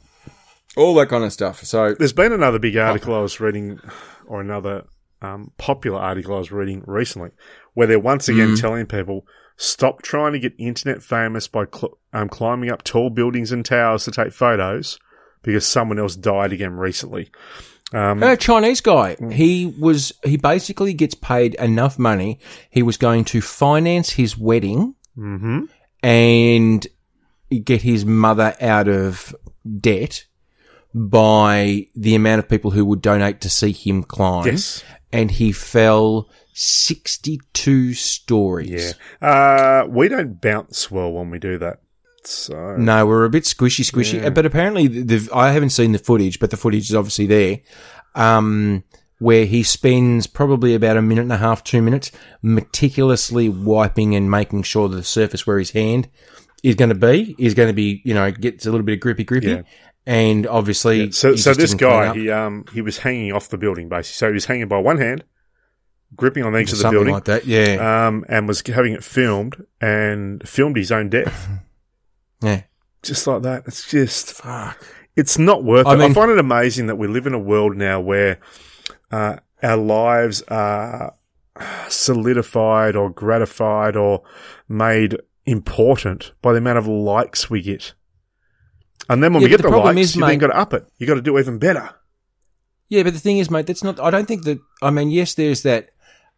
Speaker 2: all that kind of stuff. So
Speaker 3: There's been another big article I was reading, or another um, popular article I was reading recently, where they're once again
Speaker 2: Mm.
Speaker 3: telling people stop trying to get internet famous by cl- um, climbing up tall buildings and towers to take photos because someone else died again recently. Um,
Speaker 2: a Chinese guy, he was he basically gets paid enough money. He was going to finance his wedding
Speaker 3: mhm.
Speaker 2: and get his mother out of debt by the amount of people who would donate to see him climb.
Speaker 3: Yes.
Speaker 2: And he fell 62 stories.
Speaker 3: Yeah. Uh, we don't bounce well when we do that. So
Speaker 2: No, we're a bit squishy, squishy. But apparently, the, the, I haven't seen the footage, but the footage is obviously there, um, where he spends probably about a minute and a half, two minutes, meticulously wiping and making sure that the surface where his hand is going to be is going to be, you know, gets a little bit of grippy, grippy,
Speaker 3: Yeah.
Speaker 2: and obviously,
Speaker 3: So,
Speaker 2: he
Speaker 3: so
Speaker 2: just
Speaker 3: this
Speaker 2: doesn't clean
Speaker 3: guy,
Speaker 2: up.
Speaker 3: he um, he was hanging off the building basically. So he was hanging by one hand, gripping on the edge of the
Speaker 2: something
Speaker 3: building,
Speaker 2: like that, yeah,
Speaker 3: um, and was having it filmed and filmed his own death,
Speaker 2: yeah.
Speaker 3: just like that. It's just,
Speaker 2: Fuck.
Speaker 3: it's not worth
Speaker 2: I
Speaker 3: it. I
Speaker 2: mean-
Speaker 3: find it amazing that we live in a world now where uh, our lives are solidified or gratified or made important by the amount of likes we get. And then when
Speaker 2: Yeah,
Speaker 3: we
Speaker 2: but
Speaker 3: get
Speaker 2: the
Speaker 3: the,
Speaker 2: problem
Speaker 3: likes,
Speaker 2: is,
Speaker 3: you then
Speaker 2: mate-
Speaker 3: got to up it. You got to do even better.
Speaker 2: Yeah, but the thing is, mate, that's not. I don't think that. I mean, yes, there's that,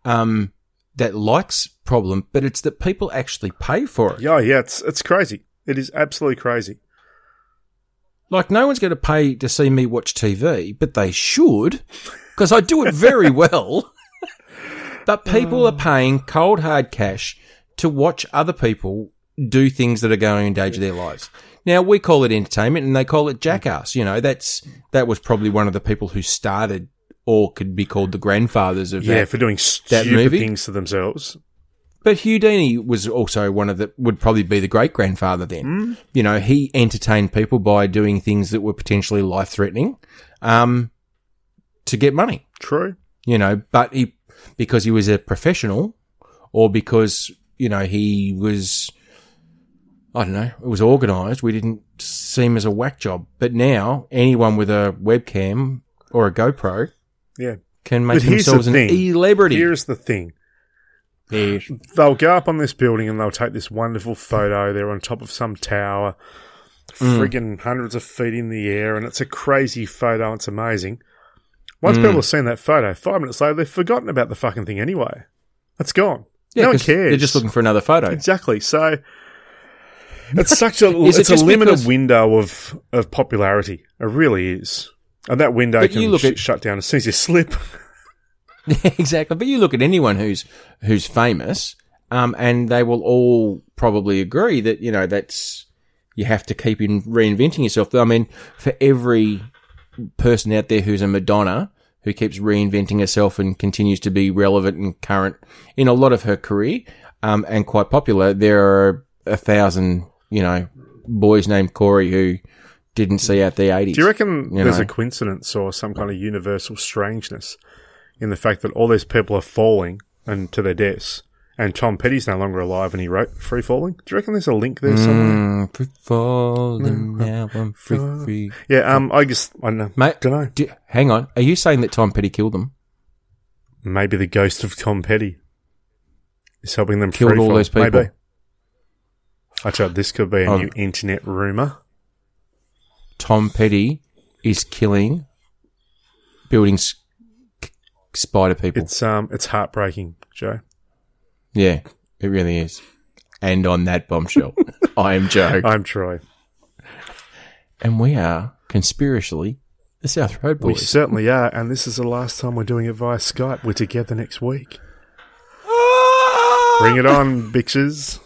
Speaker 2: um, that likes problem, but it's that people actually pay for it.
Speaker 3: Yeah, yeah, it's it's crazy. It is absolutely crazy.
Speaker 2: Like, no one's going to pay to see me watch TV, but they should, because I do it very well. but people are paying cold hard cash to watch other people do things that are going to endanger their lives. Now we call it entertainment, and they call it jackass. You know, that's that was probably one of the people who started, or could be called the grandfathers of
Speaker 3: Yeah,
Speaker 2: that
Speaker 3: for doing
Speaker 2: that
Speaker 3: stupid
Speaker 2: movie?
Speaker 3: things to themselves.
Speaker 2: But Hugh Deeney was also one of the would probably be the great grandfather then.
Speaker 3: Hmm.
Speaker 2: You know, he entertained people by doing things that were potentially life threatening, um, to get money.
Speaker 3: True.
Speaker 2: You know, but he because he was a professional, or because you know he was, I don't know, it was organised. We didn't see him as a whack job. But now anyone with a webcam or a GoPro
Speaker 3: Yeah.
Speaker 2: can make
Speaker 3: But here's the
Speaker 2: themselves an
Speaker 3: thing.
Speaker 2: celebrity.
Speaker 3: Here's the thing.
Speaker 2: Yeah.
Speaker 3: They'll go up on this building and they'll take this wonderful photo. They're on top of some tower.
Speaker 2: Mm.
Speaker 3: friggin' hundreds of feet in the air, and it's a crazy photo. It's amazing. Once
Speaker 2: Mm.
Speaker 3: people have seen that photo, five minutes later, they've forgotten about the fucking thing anyway. It's gone.
Speaker 2: Yeah,
Speaker 3: no one
Speaker 2: 'cause
Speaker 3: cares.
Speaker 2: They're just looking for another photo.
Speaker 3: Exactly. So it's such a
Speaker 2: Is it
Speaker 3: it's a
Speaker 2: just
Speaker 3: limited
Speaker 2: because-
Speaker 3: window of of popularity. It really is, and that window
Speaker 2: But
Speaker 3: can
Speaker 2: you look
Speaker 3: sh-
Speaker 2: at-
Speaker 3: shut down as soon as you slip.
Speaker 2: exactly. But you look at anyone who's who's famous, um, and they will all probably agree that you know that's you have to keep in reinventing yourself. I mean, for every person out there who's a Madonna who keeps reinventing herself and continues to be relevant and current in a lot of her career, um, and quite popular, there are a thousand you know boys named Corey who didn't see out the eighties.
Speaker 3: Do you reckon
Speaker 2: You
Speaker 3: there's
Speaker 2: know.
Speaker 3: a coincidence or some kind of universal strangeness in the fact that all these people are falling and to their deaths, and Tom Petty's no longer alive, and he wrote "Free Falling"? Do you reckon there's Mm. a link there somewhere?
Speaker 2: Mm, free falling now, I'm free, free.
Speaker 3: Yeah. Um. I guess I know.
Speaker 2: Mate,
Speaker 3: don't know.
Speaker 2: do- hang on. Are you saying that Tom Petty killed them?
Speaker 3: Maybe the ghost of Tom Petty is helping them
Speaker 2: Killed
Speaker 3: free
Speaker 2: all
Speaker 3: fall.
Speaker 2: those people.
Speaker 3: Maybe. I tell you, this could be a
Speaker 2: Oh.
Speaker 3: new internet rumor.
Speaker 2: Tom Petty is killing building s- c- spider people.
Speaker 3: It's um, it's heartbreaking, Joe.
Speaker 2: yeah, it really is. And on that bombshell, I am Joe.
Speaker 3: I'm Troy.
Speaker 2: and we are conspirationally the South Road
Speaker 3: We
Speaker 2: Boys.
Speaker 3: certainly are, and this is the last time we're doing it via Skype. We're together next week. Bring it on, bitches.